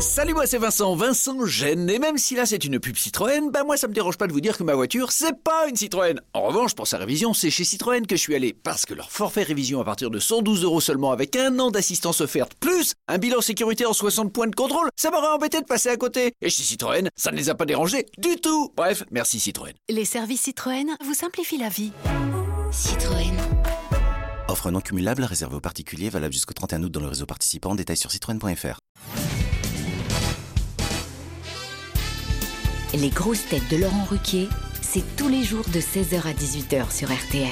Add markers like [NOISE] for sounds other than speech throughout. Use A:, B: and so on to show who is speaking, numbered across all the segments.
A: Salut, moi c'est Vincent, Vincent Gêne. Et même si là c'est une pub Citroën, bah moi ça me dérange pas de vous dire que ma voiture c'est pas une Citroën. En revanche, pour sa révision, c'est chez Citroën que je suis allé parce que leur forfait révision à partir de 112 euros seulement avec un an d'assistance offerte plus un bilan sécurité en 60 points de contrôle, ça m'aurait embêté de passer à côté. Et chez Citroën, ça ne les a pas dérangés du tout. Bref, merci Citroën.
B: Les services Citroën vous simplifient la vie. Citroën.
C: Offre non cumulable réservée aux particuliers valable jusqu'au 31 août dans le réseau participant. Détails sur citroën.fr.
D: Les grosses têtes de Laurent Ruquier, c'est tous les jours de 16h à 18h sur RTL.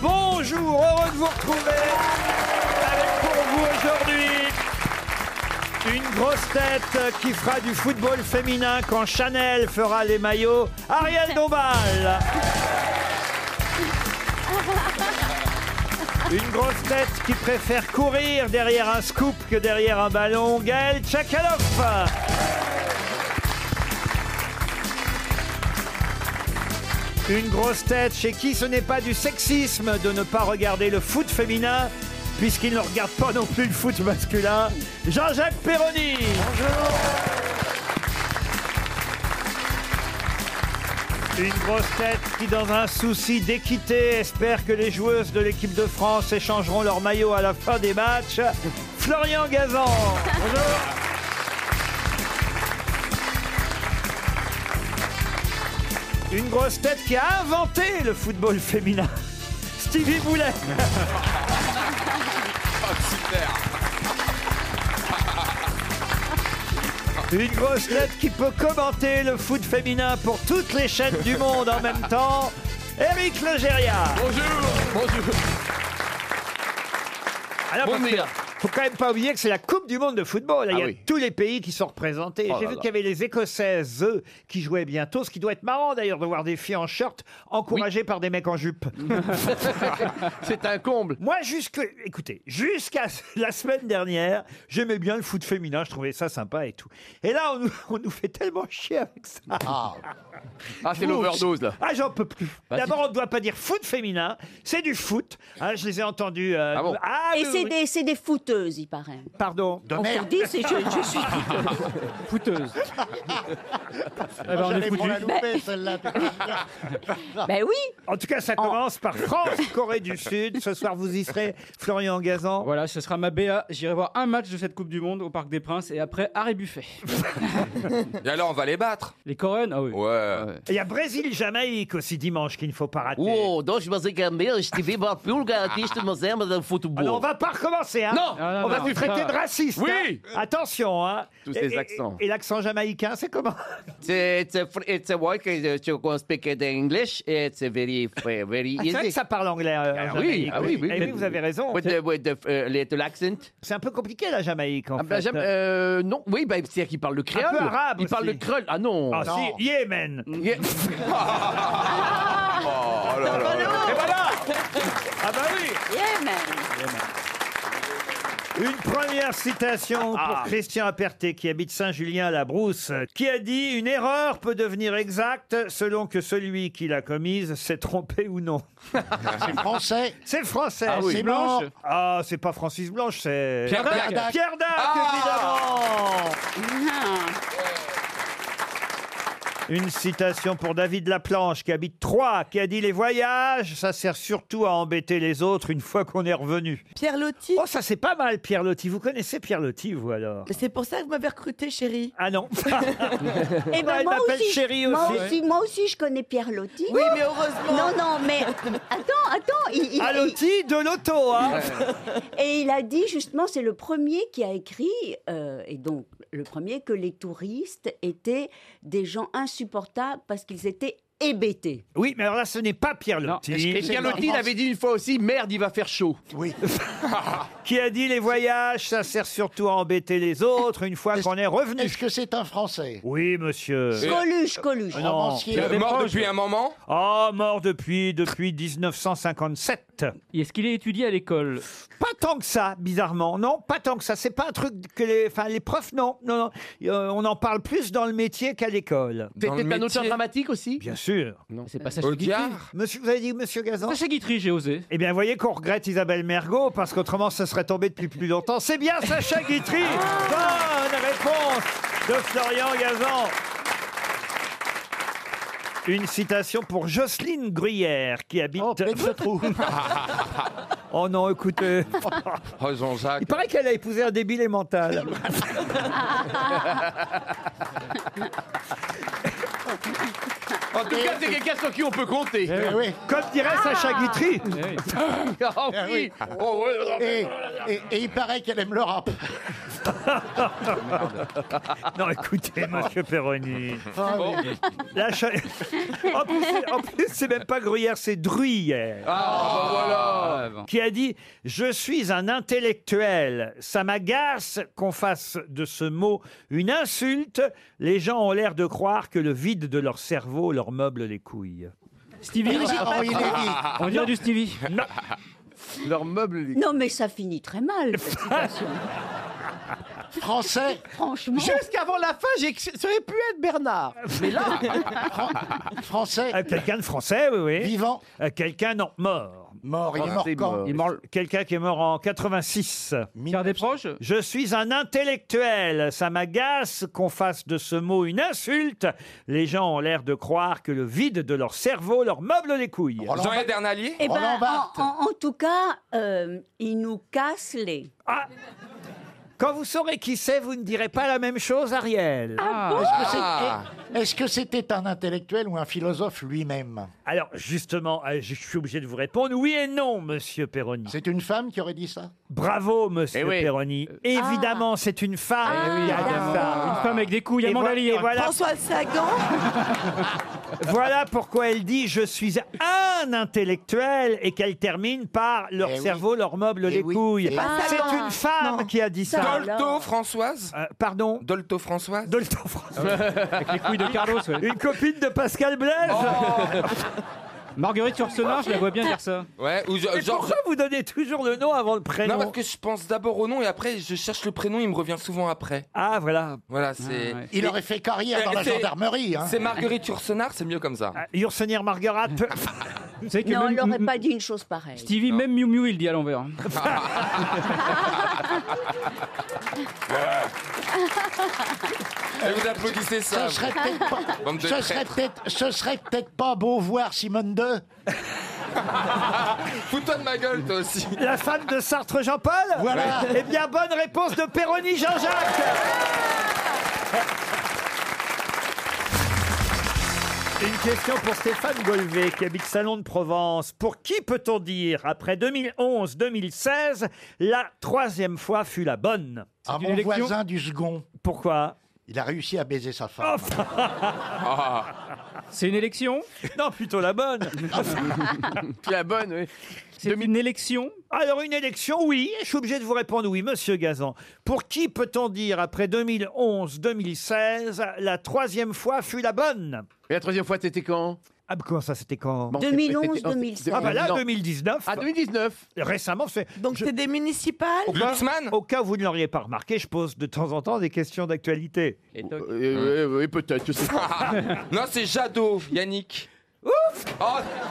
E: Bonjour, heureux de vous retrouver avec pour vous aujourd'hui une grosse tête qui fera du football féminin quand Chanel fera les maillots, Ariel Dombal. Ah, Une grosse tête qui préfère courir derrière un scoop que derrière un ballon, Gaël Tchakaloff. Une grosse tête chez qui ce n'est pas du sexisme de ne pas regarder le foot féminin, puisqu'il ne regarde pas non plus le foot masculin, Jean-Jacques Perroni. Une grosse tête qui, dans un souci d'équité, espère que les joueuses de l'équipe de France échangeront leur maillot à la fin des matchs. Florian Gazan. Bonjour. Une grosse tête qui a inventé le football féminin. Stevie Boulet. [LAUGHS] Une grosse tête qui peut commenter le foot féminin pour toutes les chaînes du monde en même temps. Eric Legéria. Bonjour. Bonjour. Alors, parce que faut quand même pas oublier que c'est la Coupe du Monde de football. là. Il y a tous les pays qui sont représentés.
F: Oh
E: J'ai
F: là
E: vu
F: là.
E: qu'il y avait les Écossaises eux, qui jouaient bientôt, ce qui doit être marrant d'ailleurs de voir des filles en short encouragées par des mecs en jupe. c'est un comble. Moi, jusque, écoutez, jusqu'à [LAUGHS] la semaine dernière, j'aimais bien le foot féminin. Je trouvais ça sympa et tout. Et là, on, nous- [LAUGHS] on nous fait tellement chier avec ça. Ah,
G: c'est l'overdose, là.
E: Ah, j'en peux plus.
G: Bah,
E: D'abord, on ne doit pas dire foot féminin. C'est du foot. Hein, je les ai entendus. euh, ah,
H: Et
E: oui,
H: c'est
E: oui.
H: des, c'est des footeuses, il paraît.
E: Pardon.
H: On se dit, c'est- je, je [LAUGHS]
E: [LAUGHS]
H: suis fouteuse.
E: Fouteuse.
I: ben, on est J'allais foutus. prendre la loupée,
H: celle-là. [LAUGHS] ben Bah- oui.
E: En tout cas, ça commence par France, Corée du Sud. Ce soir, vous y serez, Florian Gazan.
J: Voilà, ce sera ma BA. Ah, J'irai voir un match de cette Coupe du Monde au Parc des Princes et après Harry Buffet.
G: Et alors, on va les battre.
J: Les Coréennes Ah oui.
G: Ouais.
E: Il y a Brésil, Jamaïque aussi dimanche qu'il ne faut pas rater.
K: Oh, nós vamos enganar, estivemos a pulga deste museu do futebol.
E: Alors, on va pas recommencer, hein
K: Non,
J: Ah,
E: On
K: non,
E: va
K: non,
E: vous traiter
K: ça-
E: de raciste
K: Oui.
E: hein. Attention, hein
K: Tous
E: Et-
K: ces
E: et-
K: accents.
E: Et, l'accent jamaïcain, c'est comment
K: It's a, fr- it's a work, uh, you can speak in English, it's a very, fr- very
E: Ah,
K: easy.
E: C'est vrai que ça parle anglais. euh,
K: Ah
E: en
K: oui,
E: Jamaïque,
K: ah oui, oui.
E: Eh oui, vous avez raison.
K: With the, with the, uh, little accent.
E: C'est un peu compliqué, la Jamaïque, en
K: Ah, bah,
E: fait.
K: Jam- euh, non, oui, bah, c'est-à-dire qu'il parle le créole.
E: peu arabe
K: Il parle le
E: aussi.
K: créole. Ah non. Ah,
E: Ah, si, Yémen.
K: [LAUGHS]
G: Oh là là là.
E: Et voilà Ah bah oui Une première citation pour
L: Ah.
E: Christian Aperté qui habite Saint-Julien-la-Brousse, qui a dit Une erreur peut devenir exacte selon que celui qui l'a commise s'est trompé ou non. [LAUGHS] C'est français C'est français
L: Ah oui. C'est Blanche
E: Ah, c'est pas Francis Blanche, c'est.
L: Pierre Dac.
E: Pierre Dac,
G: Ah.
K: [LAUGHS]
E: évidemment Une citation pour David Laplanche qui habite Troyes, qui a dit Les voyages, ça sert surtout à embêter les autres une fois qu'on est revenu. Pierre Lotti Oh, ça c'est pas mal, Pierre Lotti. Vous connaissez Pierre Lotti, vous alors
M: C'est pour ça que vous m'avez recruté, chérie.
E: Ah
I: [LAUGHS]
E: non
H: Eh ben,
E: Elle
H: moi
E: Ah, m'appelle
H: aussi,
E: chérie
H: Moi
E: aussi.
H: aussi, moi aussi, je connais Pierre Lotti.
M: Oui, mais heureusement.
H: Non, non,
E: [LAUGHS]
H: mais attends, attends. Il, il-
E: Ah, Lotti, de l'auto, hein
H: Et il a dit justement, c'est le premier qui a écrit, euh, et donc le premier, que les touristes étaient des gens insupportables parce qu'ils étaient hébétés.
E: Oui, mais alors là, ce n'est pas Pierre Lotti.
K: Et Pierre Lotti, il avait dit une fois aussi, merde, il va faire chaud. [LAUGHS]
E: Oui. qui a dit les voyages, ça sert surtout à embêter les autres une fois qu'on est revenu. Est-ce que c'est un Français Oui, monsieur.
G: Et- Coluche,
H: Coluche.
E: Ah Non.
G: Romancier. Euh, mort depuis un moment
E: Oh, mort depuis, depuis 1957. Est-ce qu'il est étudié à l'école Pas tant que ça, bizarrement. Non, pas tant que ça. C'est pas un truc que les, enfin, les profs, non. non, non. Euh, on en parle plus dans le métier qu'à l'école.
K: T'es peut-être un auteur dramatique aussi
E: Bien sûr.
K: C'est pas Sacha Guitry.
E: Monsieur, vous avez dit Monsieur Gazan Sacha Guitry, j'ai osé. Eh bien, voyez qu'on
G: Ah.
E: regrette Isabelle Mergot parce qu'autrement, ça serait tombé depuis plus longtemps. C'est bien Sacha Guitry Bonne réponse de Florian Gazan. Une citation pour Jocelyne Gruyère qui habite. oh non, écoutez.
G: Oh, Jean-Jacques.
E: Il paraît qu'elle a épousé un débile mental.
I: En tout cas, c'est quelqu'un sur qui on peut compter.
E: Eh Comme dirait Sacha Guitry.
M: Eh
G: [LAUGHS]
I: Ah oui.
G: Oh,
I: Et, et- et il paraît qu'elle aime le rap.
E: [LAUGHS] non, écoutez, monsieur Perroni.
I: Ah oui.
E: La
I: [LAUGHS]
E: cha- en plus, c'est- en plus, c'est même pas Gruyère, c'est Druyère.
I: Ah, bah voilà.
E: Qui a dit Je suis un intellectuel. Ça m'agace qu'on fasse de ce mot une insulte. Les gens ont l'air de croire que le vide de leur cerveau leur meuble les couilles.
J: Stevie
I: Henri Lévy.
J: On dirait du Stevie.
E: Leur meuble les
H: Non, mais ça finit très
E: [LAUGHS]
H: mal. cette citation.
I: Français.
H: Franchement.
I: Jusqu'avant la fin, j'ai serait pu être Bernard. Mais là. Français.
E: Euh, Quelqu'un de français, oui, oui. Vivant. Quelqu'un, non, mort.
I: Mort, il est mort Français quand mort. Il est mort-
E: Quelqu'un qui est mort en 86.
J: Faire des proches
E: Je suis un intellectuel. Ça m'agace qu'on fasse de ce mot une insulte. Les gens ont l'air de croire que le vide de leur cerveau leur meuble les couilles.
G: Jean-Yves Dernalier
E: Oh,
H: Eh ben, en, en- en tout cas, euh, il nous casse les.
E: Quand vous saurez qui c'est, vous ne direz pas la même chose,
H: Ah
E: Ariel.
I: Est-ce que c'est-
F: Ah.
G: Ah.
I: Est-ce que c'était un intellectuel ou un philosophe lui-même
E: Alors, justement, euh, je suis obligé de vous répondre oui et non, monsieur Perroni.
I: C'est une femme qui aurait dit ça
E: Bravo, monsieur
J: Eh oui. ah. Eh
E: Perroni. Évidemment, c'est une femme. qui a dit ça.
J: Une femme avec des couilles,
E: Et
J: Amanda
E: voilà- et
J: Lier.
E: voilà,
M: François Sagan
E: voilà pourquoi elle dit je suis un intellectuel et qu'elle termine par leur
I: Eh oui.
E: cerveau, leur meuble, les couilles.
I: Eh
H: oui.
E: C'est
H: Ah,
E: une femme qui a dit ça.
H: Ça,
G: Dolto Françoise
E: Euh, pardon
G: Dolto Françoise
E: Dolto François.
J: Ah Avec les couilles de Carlos, ouais.
E: Une copine de Pascal Blaise
G: Oh.
J: [LAUGHS] Marguerite Yourcenar, je la vois bien faire ça.
G: Ouais, ou je-
E: Et
G: genre.
E: pourquoi vous donnez toujours le nom avant le
G: Non,
E: prénom
G: parce que je pense d'abord au nom et après, je cherche le prénom, il me revient souvent après.
E: Ah voilà.
G: Voilà, c'est.
J: Ah, ouais.
I: Il aurait fait carrière dans la
G: C'est-
I: gendarmerie. hein.
G: C'est Marguerite Yourcenar, c'est mieux comme ça.
E: Ah, Yursenière
G: [LAUGHS]
E: Margarate.
J: Vous savez que
H: Non,
J: même-
H: elle n'aurait
J: m-
H: pas dit une chose pareille.
J: Stevie, même Miu Miu, il dit à l'envers.
G: Et vous applaudissez ça. vous.
I: Ce serait peut-être pas,
G: Bande de
I: ce serait
G: traîtres. [LAUGHS]
I: peut-être- ce serait peut-être pas beau voir Simone 2
G: Fous-toi de ma gueule, toi aussi.
E: La femme de Sartre Jean-Paul
I: Voilà.
E: Eh bien, bonne réponse de Péroni Jean-Jacques Une question pour Stéphane Golvé qui habite Salon de Provence. Pour qui peut-on dire, après 2011-2016, la troisième fois fut la bonne
J: une
I: à Ah, mon
J: élection
I: voisin du second.
E: Pourquoi
I: Il a réussi à baiser sa femme.
J: Oh,
K: [LAUGHS] Ah.
J: C'est une élection
E: Non, plutôt la
K: [LAUGHS]
E: bonne.
K: La bonne, oui.
J: C'est une élection
E: Alors, une élection, oui. Je suis obligé de vous répondre oui, monsieur Gazan. Pour qui peut-on dire, après 2011-2016, la troisième fois fut la bonne
K: Et la troisième fois, c'était quand
E: Ah, mais comment ça, c'était quand
K: Bon,
H: 2011,
K: c'était- c'était-
H: 2016.
E: Ah bah là,
K: Non.
E: 2019,
K: À 2019.
E: récemment, c'est...
M: Donc
E: Je-
M: c'est des municipales
G: Luxman
E: Au cas où vous ne l'auriez pas remarqué, je pose de temps en temps des questions d'actualité.
J: Et
K: Euh,
J: toc.
K: euh, euh, oui, peut-être, je sais pas. [LAUGHS]
G: [LAUGHS] Non, c'est Jadot, Yannick. Ouf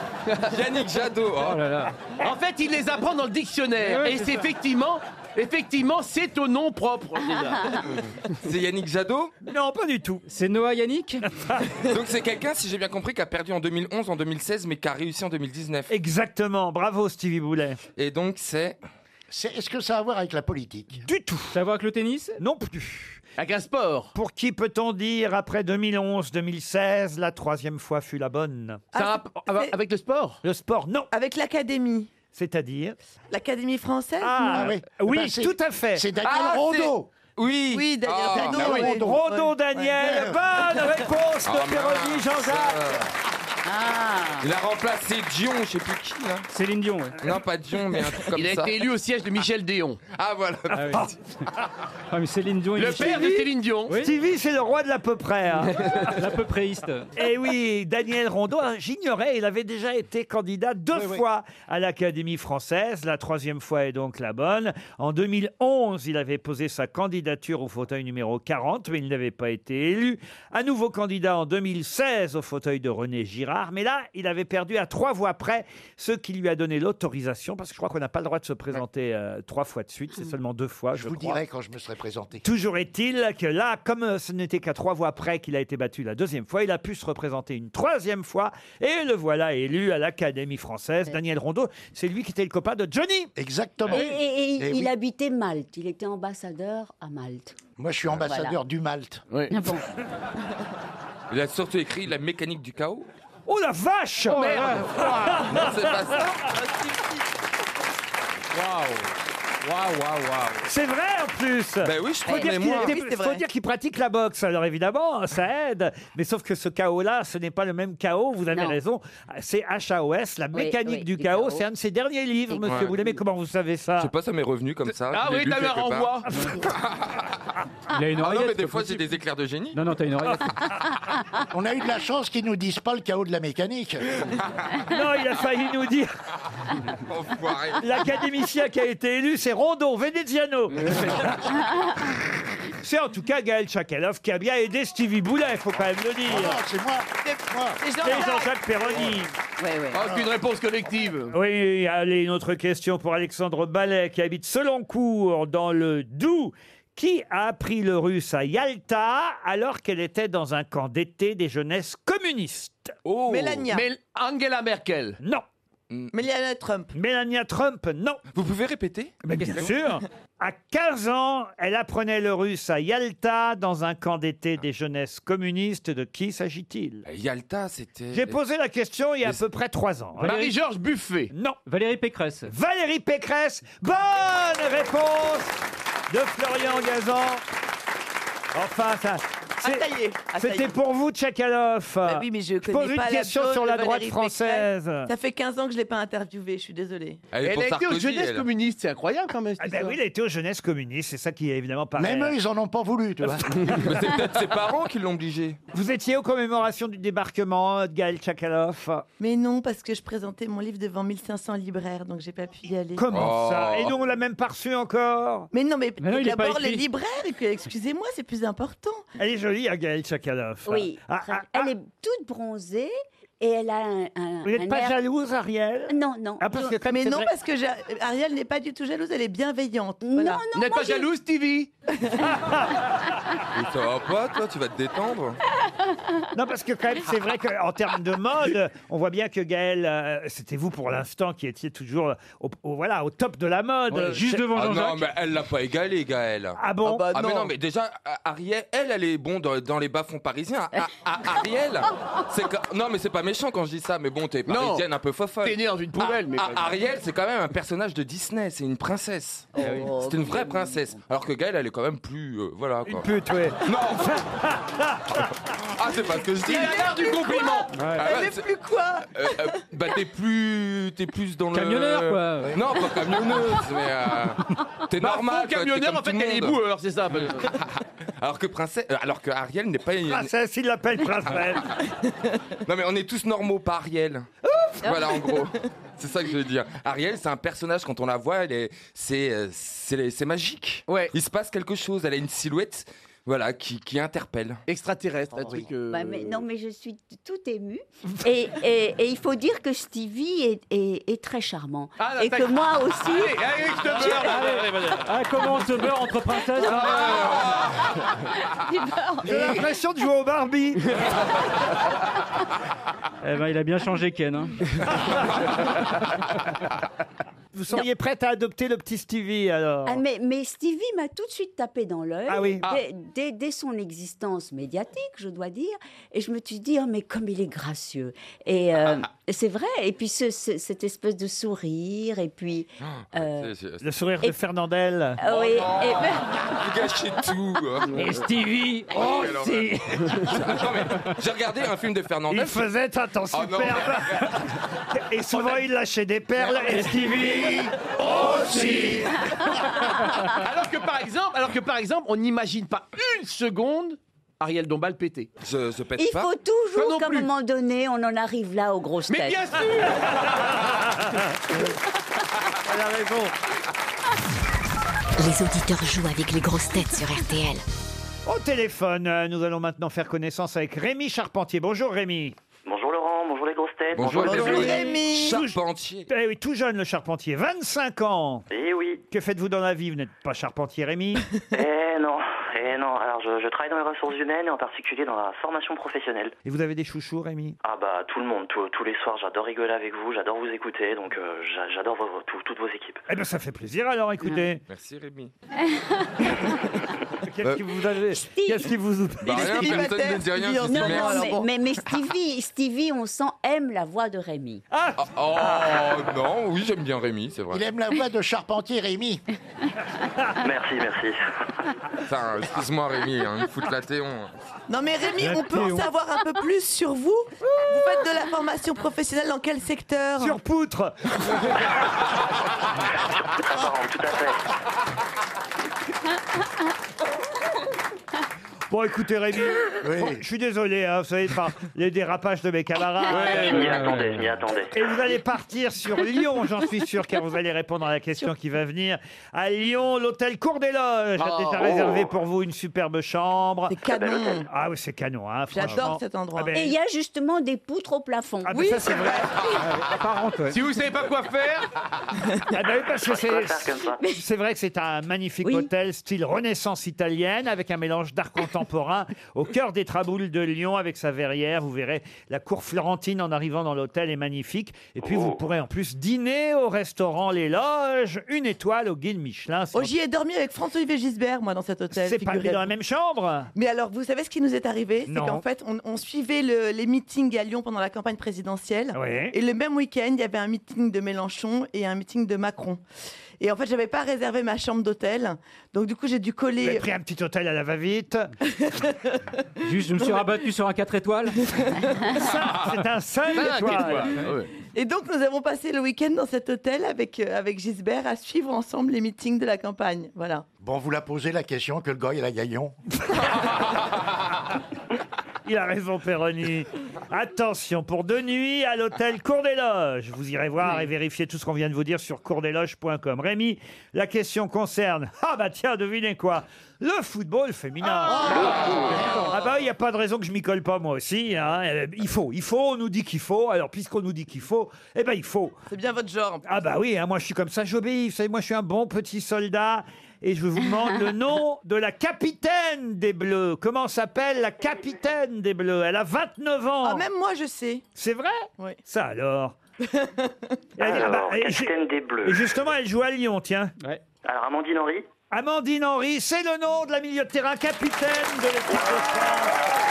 G: [LAUGHS] Yannick Jadot. oh.
K: Ah. En fait, il les apprend dans le
E: Eh
K: dictionnaire. Et c'est effectivement, effectivement, c'est au nom propre. déjà.
E: Ah.
G: C'est Yannick Jadot.
E: Non, pas du tout.
J: C'est Noah Yannick
G: [LAUGHS] Donc c'est quelqu'un, si j'ai bien compris, qui a perdu en 2011, en 2016, mais qui a réussi en 2019.
E: Exactement, bravo Stevie Boulet.
G: Et donc c'est...
I: C'est- Est-ce que ça a à voir avec la politique
E: Du tout.
J: Ça a à voir avec le tennis
E: Non plus.
K: Avec un sport.
E: Pour qui peut-on dire, après 2011-2016, la troisième fois fut la bonne
K: Ça a
M: Ah,
K: rapport- avec- avec le sport
E: Le sport, non.
M: Avec l'Académie
E: C'est-à-dire
M: L'Académie française
E: Ah,
I: Ah oui.
E: oui,
I: Ben, c'est-
E: tout à fait.
I: C'est Daniel
G: Ah,
I: Rondeau
G: Oui
M: Oui, Daniel
G: Ah,
M: Dano,
I: bah oui.
M: ouais.
E: Rondo
M: Ouais.
E: Daniel,
I: Ouais.
E: bonne réponse
G: Ah,
E: de Péroni
G: mince.
E: Jean-Jacques.
G: Ah. Il a remplacé Dion, je sais plus qui. Là.
J: Céline Dion, ouais.
G: Non, pas Dion, mais un truc comme
K: Il a
G: ça.
K: été élu au siège de Michel Déon.
G: Ah voilà.
J: Ah, mais Céline Dion, il
K: Le
J: est
K: père de Céline Dion.
J: Oui.
E: Stevie, c'est le roi de l'à peu
J: [LAUGHS]
E: près. hein.
J: à peu préiste.
E: Eh oui, Daniel Rondeau, hein, j'ignorais, il avait déjà été candidat deux fois à l'Académie française. La troisième fois est donc la bonne. En 2011, il avait posé sa candidature au fauteuil numéro 40, mais il n'avait pas été élu. Un nouveau candidat en 2016 au fauteuil de René Girard, mais là, il avait perdu à trois voix près, ce qui lui a donné l'autorisation, parce que je crois qu'on n'a pas le droit de se présenter euh, trois fois de suite, c'est seulement deux fois. Je,
F: vous
E: crois.
F: dirai quand je me serai présenté.
E: Toujours est-il que là, comme euh, ce n'était qu'à trois voix près qu'il a été battu la deuxième fois, il a pu se représenter une troisième fois. Et le voilà élu à l'Académie française. Daniel Rondeau, c'est lui qui était le copain de Johnny. Exactement.
H: Et, et-
E: Eh
G: Eh
H: et il habitait Malte. Il était ambassadeur à Malte.
F: Moi, je suis ambassadeur du Malte.
G: Il a surtout écrit La mécanique du chaos.
E: Oh la vache
G: Merde. Non, c'est pas ça. Waouh, waouh, waouh.
E: C'est vrai en plus.
G: Ben oui, je
E: Faut
G: crois,
E: dire
G: mais
E: qu'il
G: moi-
E: était-
G: Oui, c'est
E: faut
G: vrai.
E: dire qu'il pratique la boxe. Alors évidemment, ça aide. Mais sauf que ce chaos-là, ce n'est pas le même chaos. Vous avez
L: Non.
E: raison. C'est HAOS, la
L: Oui,
E: mécanique
L: oui,
E: du
L: du
E: chaos.
L: chaos.
E: C'est un de ses derniers livres,
G: Exact.
E: monsieur
G: Ouais.
E: Boulet. Mais comment vous savez
G: Je
E: ça
G: sais pas, ça m'est revenu comme ça.
E: Ah
G: Je l'ai
E: oui,
G: lu
E: t'as
G: quelque
E: le
G: part.
E: renvoi.
G: Ah
J: Il a une
G: non,
J: oreillette,
G: mais des
J: c'est
G: fois, c'est
J: possible.
G: des éclairs de génie.
J: Non, non, t'as une oreillette.
F: On a eu de la chance qu'ils nous disent pas le chaos de la mécanique.
E: [LAUGHS] Non, il a failli nous dire. L'académicien qui a été élu, c'est Rondo [LAUGHS] Veneziano. c'est en tout cas Gaël Chakalov qui a bien aidé Stevie Boulet, il faut quand même le dire.
F: c'est moi.
E: Et Jean-Jacques Perroni. Ah,
K: Aucune réponse collective.
E: Oui, allez, une autre question pour Alexandre Ballet qui habite Seloncourt dans le Doubs. Qui a appris le russe à Yalta alors qu'elle était dans un camp d'été des jeunesses communistes
K: Oh. Mélania. Mél-
E: Angela Merkel. Non. Melania Trump. Melania Trump, non. Vous pouvez répéter Bien sûr. À 15 ans, elle apprenait le russe à Yalta dans un camp d'été des jeunesses communistes. De qui s'agit-il
G: Euh, Yalta, c'était.
E: J'ai posé la question il y a à peu près 3 ans. hein.
K: Marie-Georges Buffet.
E: Non.
J: Valérie Pécresse.
E: Valérie Pécresse. Bonne réponse de Florian Gazan. Enfin, ça. c'est-
M: Attaillé, attaillé.
E: C'était pour vous, Tchakalov.
M: Bah oui, mais je connais
E: pose une
M: pas la
E: question
M: chose
E: sur
M: de
E: la droite
M: Valérie Pécresse.
E: française.
M: Ça fait 15 ans que je l'ai pas interviewée, je suis désolée.
K: Elle, a été aux jeunesses communistes, c'est incroyable quand même.
E: Ah ben oui, il a été aux jeunesses communistes, c'est ça qui est évidemment pas.
F: Même eux, ils en ont pas voulu, tu
E: [LAUGHS]
F: vois.
G: [LAUGHS] Mais c'est peut-être ses parents qui l'ont obligé.
E: Vous étiez aux commémorations du débarquement de Gaël Tchakalov.
M: Mais non, parce que je présentais mon livre devant 1500 libraires, donc j'ai pas pu y aller.
G: Oh.
E: Comment
I: Oh.
E: ça Et nous, on l'a même pas reçu encore.
M: Mais non, mais,
E: non, il est pas
M: d'abord les
E: écrit.
M: libraires, et puis excusez-moi, c'est plus important.
E: Elle est jolie, hein, Gaël Tchakalov.
M: Oui.
E: Ah, ah,
H: Elle est toute bronzée et elle a un. un-
E: Vous n'êtes
H: un
E: pas
H: air-
E: jalouse, Ariel
H: Non, non.
E: Ah, parce que comme
M: mais
E: c'est
M: non,
E: vrai-
M: parce que j'a- Ariel n'est pas du tout jalouse, elle est bienveillante. Non,
K: Vous n'êtes pas jalouse, Stevie
G: [LAUGHS] Mais ça va pas, toi, tu vas te détendre.
E: Non, parce que quand même, c'est vrai qu'en termes de mode, on voit bien que Gaël, euh, c'était vous pour l'instant qui étiez toujours au, au- voilà, au top de la mode. Euh, c'est-
G: ah Non, mais elle l'a pas égalé, Gaël.
E: Ah bon Ah bah
G: Ah, mais
E: non.
G: non, mais déjà, A- Ariel, elle, elle est bon dans, dans les bas-fonds parisiens. A- A- Ariel, c'est que- non, mais c'est pas méchant quand je dis ça, mais bon, t'es
K: Non.
G: parisienne un peu fofolle.
K: T'es née dans une poubelle,
G: A-
K: mais
G: A-
K: pas-
G: Ariel, c'est quand même un personnage de Disney, c'est une princesse.
K: Oh,
G: c'est une vraie princesse. Alors que Gaël, elle est quand même plus. euh, voilà, quoi.
E: Pute, ouais.
G: Non
E: [LAUGHS]
G: Ah, c'est pas ce que je dis.
K: Il a l'air du compliment.
G: Ah,
K: Elle
G: ouais,
K: est
G: c'est-
K: plus quoi
G: euh, euh, bah t'es plus t'es plus dans le
K: Camionneur, quoi. Ouais.
G: Non pas camionneuse mais euh, t'es
K: Bah,
G: normal
K: faux camionneur, en fait, elle est boueur, c'est ça.
G: [LAUGHS] alors que princesse euh, alors que Ariel n'est pas une...
E: Princesse, il Ah, l'appelle princesse.
G: non mais on est tous normaux pas Ariel. [LAUGHS]
E: Ah.
G: voilà en gros. C'est ça que je veux dire. Ariel, c'est un personnage quand on la voit, elle est c'est euh, c'est c'est magique. Ouais. Il se passe quelque chose, elle a une silhouette voilà qui qui interpelle.
K: Extraterrestre, un truc. euh,
H: Bah, mais- non, mais je suis t- tout émue. Et, et- et il faut dire que Stevie est, est- est très charmant.
K: Ah,
H: et
K: t'as-
H: que
K: [LAUGHS]
H: moi aussi.
K: Allez, allez, je te
H: [LAUGHS]
K: beurre, là.
H: Allez.
K: Allez, vas-y.
J: Ah, comment on se beurre entre princesses hein
I: Ah,
E: Ah. J'ai l'impression de jouer au Barbie.
J: [LAUGHS] Eh ben, il a bien changé Ken. hein.
E: [LAUGHS] Vous seriez prête à adopter le petit Stevie alors
H: Ah, mais, mais Stevie m'a tout de suite tapé dans l'œil
E: Ah oui.
H: dès,
E: Ah.
H: dès- dès son existence médiatique, je dois dire. Et je me suis dit, oh, mais comme il est gracieux. Et
K: Ah,
H: euh, c'est vrai. Et puis ce- ce- cette espèce de sourire, et puis.
K: Ah,
H: euh,
E: Le sourire
H: Et-
E: de Fernandel.
K: Oh,
H: ah oui, et
J: ben-
G: Vous gâchez tout.
H: Et
J: Stevie
G: Oh,
H: aussi.
G: quelle horreur. Attends, mais j'ai regardé un film de Fernandez.
E: Il faisait un temps
G: Oh, non.
E: superbe. Et souvent, il lâchait des perles.
M: Eh,
E: Et
K: [LAUGHS]
E: Stevie aussi.
K: alors que par exemple, alors que par exemple, on n'imagine pas une seconde Ariel Dombal péter.
G: Je, je pète
H: Il
G: pas.
H: faut toujours qu'à un moment donné, on en arrive là aux grosses
K: Mais
H: têtes.
K: bien sûr
H: [LAUGHS]
E: Elle a raison.
D: Les auditeurs jouent avec les grosses têtes sur RTL.
E: Au téléphone, euh, nous allons maintenant faire connaissance avec Rémi Charpentier. Bonjour Rémi.
N: Bonjour Laurent, bonjour les grosses
G: Bonjour,
E: Bonjour,
G: Rémi.
E: Rémi.
G: Charpentier.
E: Eh oui, tout jeune le charpentier, 25 ans.
L: Eh oui.
E: Que faites-vous dans la vie Vous n'êtes pas charpentier, Rémi
L: Eh non, eh non. Alors, je, je travaille dans les ressources humaines et en particulier dans la formation professionnelle.
E: Et vous avez des chouchous, Rémi
L: Ah bah, tout le monde, tout- tous les soirs, j'adore rigoler avec vous, j'adore vous écouter, donc euh, j'a- j'adore vos- vos- tout- toutes vos équipes.
E: Eh bien, ça fait plaisir alors, écoutez.
G: Merci Rémi.
E: Qu'est-ce que vous avez Qu'est-ce qui vous...
G: Bah,
F: Hein,
G: rien, personne ne dit rien, je dis
H: Non,
G: merci.
H: non, mais, mais- mais Stevie, Stevie, on sent, aime la voix de Rémi.
G: Ah, Oh non, oui, j'aime bien Rémi, c'est vrai.
F: Il aime la voix de Charpentier Rémi.
G: Merci, merci. Putain, excuse-moi Rémi, hein, il fout la théon.
M: [LAUGHS] Non mais Rémi,
G: La
M: on peut en
G: Théo.
M: savoir un peu plus sur vous Vous faites de la formation professionnelle dans quel secteur Sur
E: poutre
L: tout à fait.
E: Bon, écoutez, Rémi, bon, je suis désolé, hein, vous savez, par les dérapages de mes camarades.
L: je m'y attendais, je m'y attendais.
E: Et vous allez partir sur Lyon, j'en suis sûr, car vous allez répondre à la question qui va venir. À Lyon, l'hôtel Cour des Loges a
M: Oh.
E: déjà
M: Oh.
E: réservé pour vous une superbe chambre. C'est
M: canon.
E: Ah oui, c'est canon, hein, franchement.
M: J'adore cet endroit.
E: Ah ben,
H: Et il y a justement des poutres au plafond.
E: Ah, mais ça,
M: [LAUGHS]
E: c'est vrai.
K: Si vous savez pas quoi faire,
E: Ah bah oui, parce que
K: Je préfère comme ça. [LAUGHS]
E: c'est c'est vrai que c'est un magnifique hôtel style Renaissance italienne avec un mélange d'art contemporain au cœur des traboules de Lyon avec sa verrière. Vous verrez la cour florentine en arrivant dans l'hôtel est magnifique. Et puis
K: Oh.
E: vous pourrez en plus dîner au restaurant Les Loges, une étoile au guide Michelin. C'est
M: Oh, j'y ai dormi avec François-Yves Gisbert, moi, dans cet hôtel.
E: c'est pas
M: figurez-vous.
E: dans la même chambre.
M: Mais alors, vous savez ce qui nous est arrivé C'est
E: Non.
M: qu'en fait, on, on suivait le- les meetings à Lyon pendant la campagne présidentielle.
E: Ouais.
M: Et le même week-end, il y avait un meeting de Mélenchon et un meeting de Macron. Et en fait, j'avais pas réservé ma chambre d'hôtel. Donc, du coup, j'ai dû
E: Vous avez
M: coller.
E: pris
M: [LAUGHS]
E: un petit hôtel à la va-vite.
J: Juste, je me suis rabattu sur un 4
H: [LAUGHS]
J: étoiles.
E: C'est un seul
J: Bah,
M: Cinq
E: étoile.
M: étoiles, Et donc, nous avons passé le week-end dans cet hôtel avec, euh, avec Gisbert à suivre ensemble les meetings de la campagne. Voilà.
F: Bon, vous la posez la question que le gars, il a
E: [LAUGHS]
F: gaillon.
E: Il a raison, Péroni. Attention, pour deux nuits à l'hôtel Cour des Loges. Vous irez voir et vérifier tout ce qu'on vient de vous dire sur courdesloges.com. Rémi, la question concerne. Ah bah tiens, devinez quoi Le football féminin. Ah, bah il n'y a pas de raison que je m'y colle pas moi aussi. hein. Euh, Il faut, il faut, on nous dit qu'il faut. Alors puisqu'on nous dit qu'il faut, eh ben il faut.
M: C'est bien votre genre.
E: Ah bah oui, hein, moi je suis comme ça, j'obéis. Vous savez, moi je suis un bon petit soldat. Et je vous demande le nom de la capitaine des Bleus. Comment s'appelle la capitaine des Bleus Elle a 29 ans.
M: Ah, même moi, je sais.
E: Oh. C'est vrai
M: Oui. [LAUGHS]
E: Ça alors.
L: Alors,
E: ah bah, et
L: capitaine des Bleus.
E: Et justement, elle joue à Lyon, tiens.
L: Alors, Amandine Henry
E: Amandine Henry, c'est le nom de la milieu de terrain capitaine de l'équipe de France.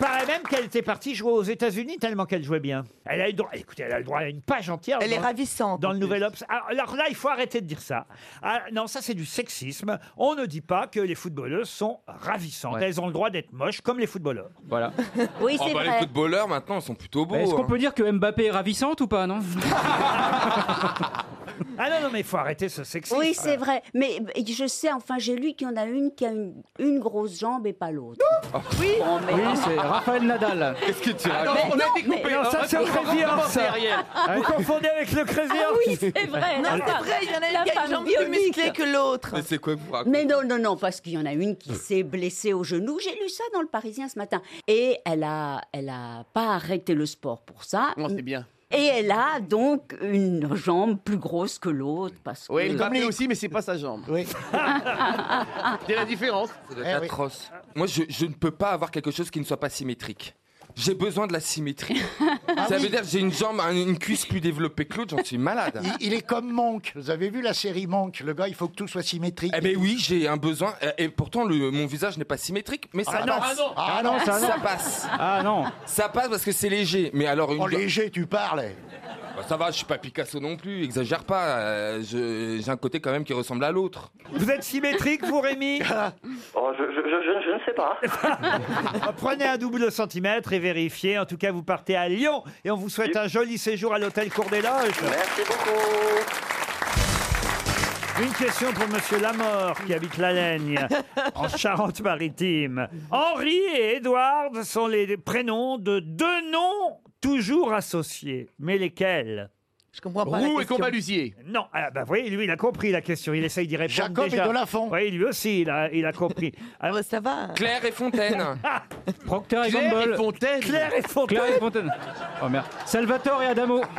E: Paraît même qu'elle était partie jouer aux États-Unis tellement qu'elle jouait bien. Elle a eu droit, écoutez, elle a le droit à une page entière.
M: Elle est
E: ravissante. Dans le Nouvel Obs. Ah, Alors là, il faut arrêter de dire ça. Ah, non, ça c'est du sexisme. On ne dit pas que les footballeuses sont ravissantes. Elles ont le droit d'être moches comme les footballeurs.
J: Voilà.
H: Oui,
G: Oh, bah, les footballeurs maintenant, ils sont plutôt beaux.
J: Est-ce qu'on
G: hein.
J: peut dire que Mbappé est ravissante ou pas, non
E: [LAUGHS] Ah non, non, mais il faut arrêter ce sexisme.
H: Oui, c'est vrai. Mais mais je sais, enfin, j'ai lu qu'il y en a une qui a une, une grosse jambe et pas l'autre.
J: Oui, c'est Raphaël Nadal.
G: Qu'est-ce que tu
H: Ah non,
J: racontes
H: on a été
E: coupé. Non, ça,
J: Ah,
E: c'est au Crazy Horse, ça. Ah, Vous confondez avec le Crazy Horse.
H: oui, c'est vrai.
M: Non, c'est vrai, il y en a une qui a une jambe plus musclée que l'autre.
G: Mais c'est quoi que vous racontez
H: Mais non, non, non, parce qu'il y en a une
I: Euh.
H: qui s'est blessée au genou. J'ai lu ça dans le Parisien ce matin. Et elle a, elle a pas arrêté le sport pour ça.
I: c'est bien.
H: Et elle a donc une jambe plus grosse que l'autre parce
I: Oui,
H: que.
I: il lui aussi, mais c'est pas sa jambe. Oui. c'est la différence.
G: Ça doit être atroce. Moi, je, je ne peux pas avoir quelque chose qui ne soit pas symétrique. J'ai besoin de la symétrie.
F: Ah
G: ça veut dire que j'ai une jambe, un- une cuisse plus développée que l'autre, j'en suis malade.
F: Il, il est comme Monk. Vous avez vu la série Monk Le gars, il faut que tout soit symétrique.
G: Eh ben oui, j'ai un besoin. euh, Et pourtant, le- mon visage n'est pas symétrique, mais ça
F: Ah non,
G: passe.
F: ah non, ah non, ça non.
G: passe.
J: Ah non.
G: Ça passe parce que c'est léger. Mais alors une.
F: Oh, léger, tu parles.
G: Bah, ça va, je suis pas Picasso non plus. Exagère pas. euh, je- j'ai un côté quand même qui ressemble à l'autre.
E: Vous êtes symétrique,
L: [LAUGHS]
E: vous, Rémi
L: Oh, je, je- je- je ne sais
J: [LAUGHS]
L: pas.
E: Prenez un double centimètre et vérifiez. En tout cas, vous partez à Lyon et on vous souhaite un joli séjour à l'hôtel Cour des Loges.
L: Merci beaucoup.
E: Une question pour Monsieur Lamor qui habite la Laigne,
L: [LAUGHS]
E: en Charente-Maritime. Henri et Édouard sont les prénoms de deux noms toujours associés. Mais lesquels
M: Je comprends pas. la
E: Roux
M: question.
E: Non, ah, bah, vous voyez, lui, il a compris la question. Il essaye d'y répondre.
M: Jacob et
E: déjà.
M: Delafont.
E: Oui, lui aussi, il a, il
M: [LAUGHS]
E: a compris. Alors,
M: Ah, bah, ça va.
G: Claire et
E: [LAUGHS]
G: Fontaine.
J: Procter et
E: Claire
J: Gamble.
E: et Fontaine. Claire et Fontaine.
J: Claire et Fontaine. Oh merde. Salvatore et Adamo.
E: [LAUGHS]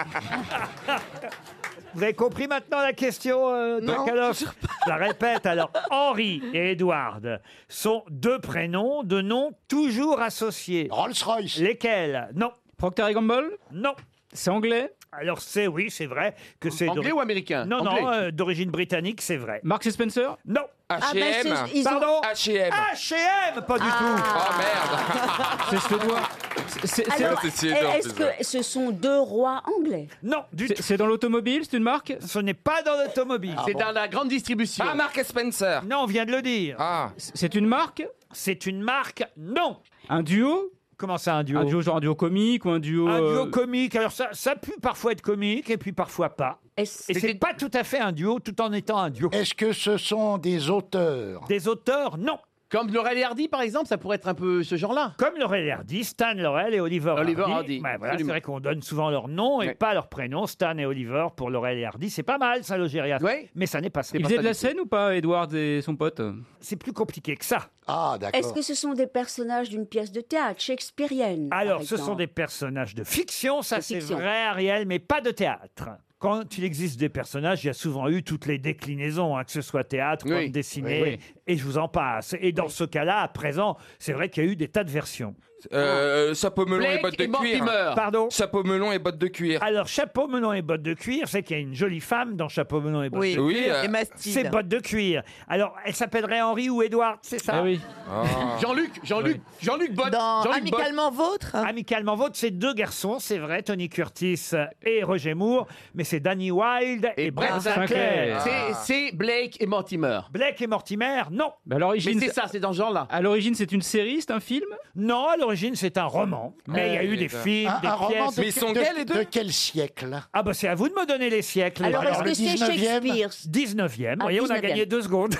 E: Vous avez compris maintenant la question, euh,
J: Non,
E: Tchakaloff Je la répète alors. Henri et Edward sont deux prénoms de noms toujours associés. Rolls-Royce. Lesquels Non. Procter et Gamble Non. C'est anglais Alors c'est, oui, c'est vrai que c'est...
K: Anglais
E: d'ori-
K: ou américain
E: Non, non,
K: Anglais.
E: euh, d'origine britannique, c'est vrai.
J: Marks et Spencer
E: Non.
J: Ah, ben, H&M. c'est- ils ont-
E: Pardon
G: H&M.
E: H&M, pas du tout.
K: Ah.
G: Oh
E: [LAUGHS]
G: merde
J: C'est suédois. C'est- c'est-
H: Alors,
J: c'est- c'est énorme,
H: est-ce
J: c'est
H: que
J: vrai.
H: ce sont deux rois anglais
E: Non, du
J: tout. C'est dans l'automobile, c'est une marque
E: Ce n'est pas dans
J: Ah
E: l'automobile.
K: C'est dans la grande distribution.
E: Ah,
G: Mark Spencer.
E: Non, on vient de le dire.
K: Ah.
J: C'est une marque
E: C'est une marque, non.
J: Un duo
E: Comment ça, un duo
J: Un duo, genre un duo comique ou un duo.
E: Un duo
J: euh,
E: comique, alors ça, ça peut parfois être comique et puis parfois pas. Et c'est pas tout à fait un duo tout en étant un duo.
F: Est-ce que ce sont des auteurs
E: Des auteurs, non.
K: Comme Laurel et Hardy, par exemple, ça pourrait être un peu ce genre-là.
E: Comme Laurel et Hardy, Stan Laurel et Oliver,
K: Oliver Hardy,
E: Ouais, voilà, c'est
K: absolument.
E: vrai qu'on donne souvent leur nom et pas leur prénom. Stan et Oliver pour Laurel et Hardy, c'est pas mal ça, Logérias. Mais ça n'est pas ça.
J: Il faisait de la scène ou pas, Edward et son pote
E: C'est plus compliqué que ça. Ah,
H: Est-ce que ce sont des personnages d'une pièce de théâtre shakespearienne par
E: Alors, ce sont
H: exemple
E: des personnages de fiction, ça
H: De
E: c'est
H: fiction.
E: vrai, Ariel, mais pas de théâtre. Quand il existe des personnages, il y a souvent eu toutes les déclinaisons, hein, que ce soit théâtre, bande dessinée,
G: Oui,
E: et je vous en passe. Et dans ce cas-là, à présent, c'est vrai qu'il y a eu des tas de versions.
G: Euh, chapeau melon et
E: Blake
G: bottes de
E: et
G: cuir.
E: Mortimer. Pardon
G: Chapeau melon et bottes de cuir.
E: Alors, chapeau melon et bottes de cuir, c'est qu'il y a une jolie femme dans chapeau melon et bottes
G: Oui.
E: de
G: Oui,
E: cuir.
G: euh, Et
M: Mastide.
E: C'est bottes de cuir. Alors, elle s'appellerait Henri ou Édouard, c'est ça
J: Ah oui.
K: Eh [LAUGHS] Jean-Luc, Jean-Luc, Jean-Luc Bott.
M: Dans
K: Jean-Luc Bott.
M: Amicalement Vôtre
E: Amicalement Vôtre, c'est deux garçons, c'est vrai, Tony Curtis et Roger Moore, mais c'est Danny Wilde et, Brett Sinclair.
K: C'est- C'est Blake et Mortimer.
E: Blake et Mortimer, non.
J: Bah, à l'origine,
K: Mais c'est ça, c'est dans ce genre-là.
J: À l'origine, c'est une série, c'est un film Ah,
E: Non, à l'origine, c'est un roman. Mais il
K: Euh,
E: y a eu des films, des pièces.
F: De quel siècle
E: Ah bah c'est à vous de me donner les siècles.
H: Alors, est-ce que c'est
E: 19e?
H: Shakespeare
E: 19e. Vous
H: Ah,
E: voyez, on a
H: 19e.
E: gagné deux secondes.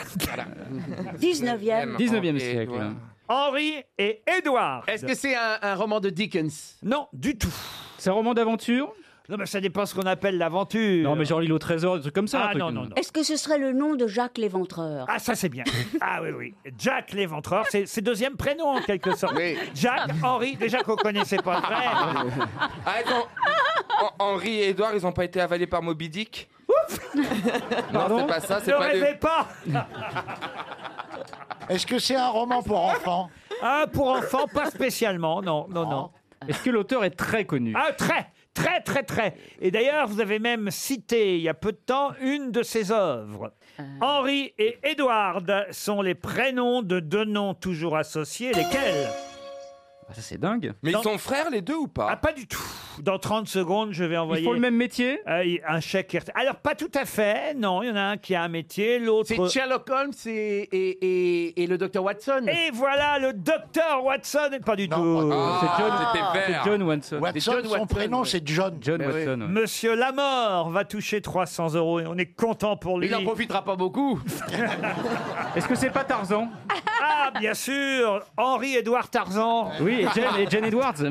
H: 19e.
J: 19e siècle.
E: Henri et Édouard.
K: Est-ce que c'est un, un roman de Dickens
E: Non, du tout.
J: C'est un roman d'aventure
E: Non, mais ça dépend ce qu'on appelle l'aventure.
J: Non, mais genre l'île au trésor, des trucs comme ça.
E: Ah,
J: un truc.
E: non, non, non.
H: Est-ce que ce serait le nom de Jacques l'Éventreur
E: Ah, ça c'est bien. Ah oui, oui. Jack l'éventreur, c'est c'est deuxième prénom en quelque sorte. Jack, Henri, déjà qu'on connaissait pas le vrai.
G: Ah, attends. Hen- Henri et Edouard, ils ont pas été avalés par Moby Dick Non, c'est pas ça, c'est
E: Ne
G: pas
E: rêvez pas
F: Est-ce que c'est un roman pour enfants
E: Ah, pour enfants, pas spécialement, non, non, non.
J: Oh. Est-ce que l'auteur est très connu
E: Ah, très, très, très, très. Et d'ailleurs, vous avez même cité, il y a peu de temps, une de ses œuvres. Henri et Édouard sont les prénoms de deux noms toujours associés. Lesquels
J: Ah, ça, c'est dingue.
G: Mais
E: Dans-
G: ils sont frères les deux ou pas
E: Ah, pas du tout. Dans 30 secondes, je vais envoyer.
J: Ils font le même métier
E: Euh, un chèque. RT. Alors, pas tout à fait. Non, il y en a un qui a un métier, l'autre.
K: C'est Sherlock Holmes et, et- et- et le docteur Watson.
E: Et voilà le docteur Watson. Pas du tout.
J: C'est John,
K: Ah, c'était vert.
J: c'est John Watson.
F: Watson,
J: C'est John
F: son
J: Watson,
F: prénom,
J: ouais.
F: c'est John.
J: John
K: Mais oui.
J: Watson. ouais.
E: Monsieur Lamort va toucher 300 euros et on est content pour lui.
K: Il n'en profitera
E: [LAUGHS]
K: pas beaucoup.
J: Est-ce que c'est pas Tarzan
E: Ah, bien sûr Henri-Édouard Tarzan
J: Oui, et Jane, et Jane
E: [LAUGHS]
K: [LAUGHS]
J: Edwards.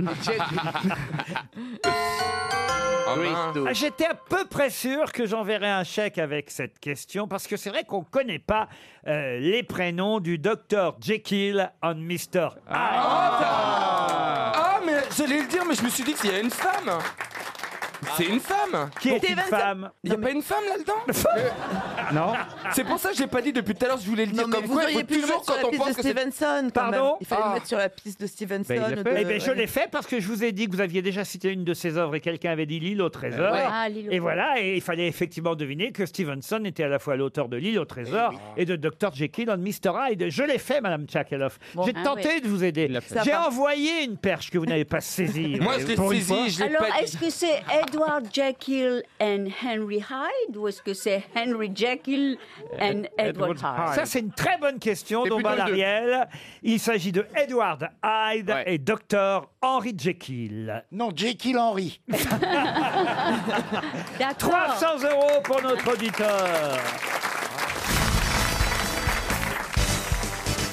E: Ah, J'étais à peu près sûr que j'enverrais un chèque avec cette question parce que c'est vrai qu'on ne connaît pas euh, les prénoms du docteur Jekyll on Mr.
G: Ah, mais j'allais le dire, mais je me suis dit qu'il y a une femme. C'est une femme
E: Qui est une femme
G: Il n'y a pas une femme
E: [LAUGHS]
G: là-dedans
J: Non.
G: C'est pour ça que j'ai pas dit depuis tout à l'heure, je voulais le dire
M: Non, mais
G: comme
M: vous
G: quoi, Bah, il faut
M: auriez pu le
G: toujours
M: mettre
G: quand
M: sur la
G: on pense
M: piste de
G: que c'est...
M: Stevenson. quand
E: Pardon
M: même. Il fallait
E: Ah.
M: le mettre sur la piste de Stevenson.
J: Ben, il l'a
M: ou
J: fait.
M: de-
E: Eh bien, je l'ai fait parce que je vous ai dit que vous aviez déjà cité une de ses œuvres et quelqu'un avait dit L'île au trésor.
J: Ouais.
H: Ah, L'île au
E: et
H: trésor.
E: voilà, et il fallait effectivement deviner que Stevenson était à la fois l'auteur de
G: Eh
E: L'île au trésor et, de Dr. Jekyll and Mr. Hyde. Je l'ai fait, Madame Tchakaloff. J'ai
H: Ah
E: tenté
H: ouais.
E: de vous aider.
H: fait.
E: J'ai
H: Ça va.
E: envoyé une perche que vous n'avez pas saisie.
G: [LAUGHS] Moi,
E: Et
G: je l'ai
E: pour une
G: saisie,
E: fois-
G: je l'ai
H: Alors, est-ce que c'est Edward Jekyll and Henry Hyde ou est-ce que c'est Henry Jekyll and Edward Hyde
E: Ça, c'est une très bonne question,
H: C'est
E: Don
H: plutôt les deux.
E: Ariel. Il s'agit de Edward Hyde et Dr. Henry Jekyll.
F: Non, Jekyll
E: [LAUGHS]
F: Henry.
E: 300 euros pour notre auditeur.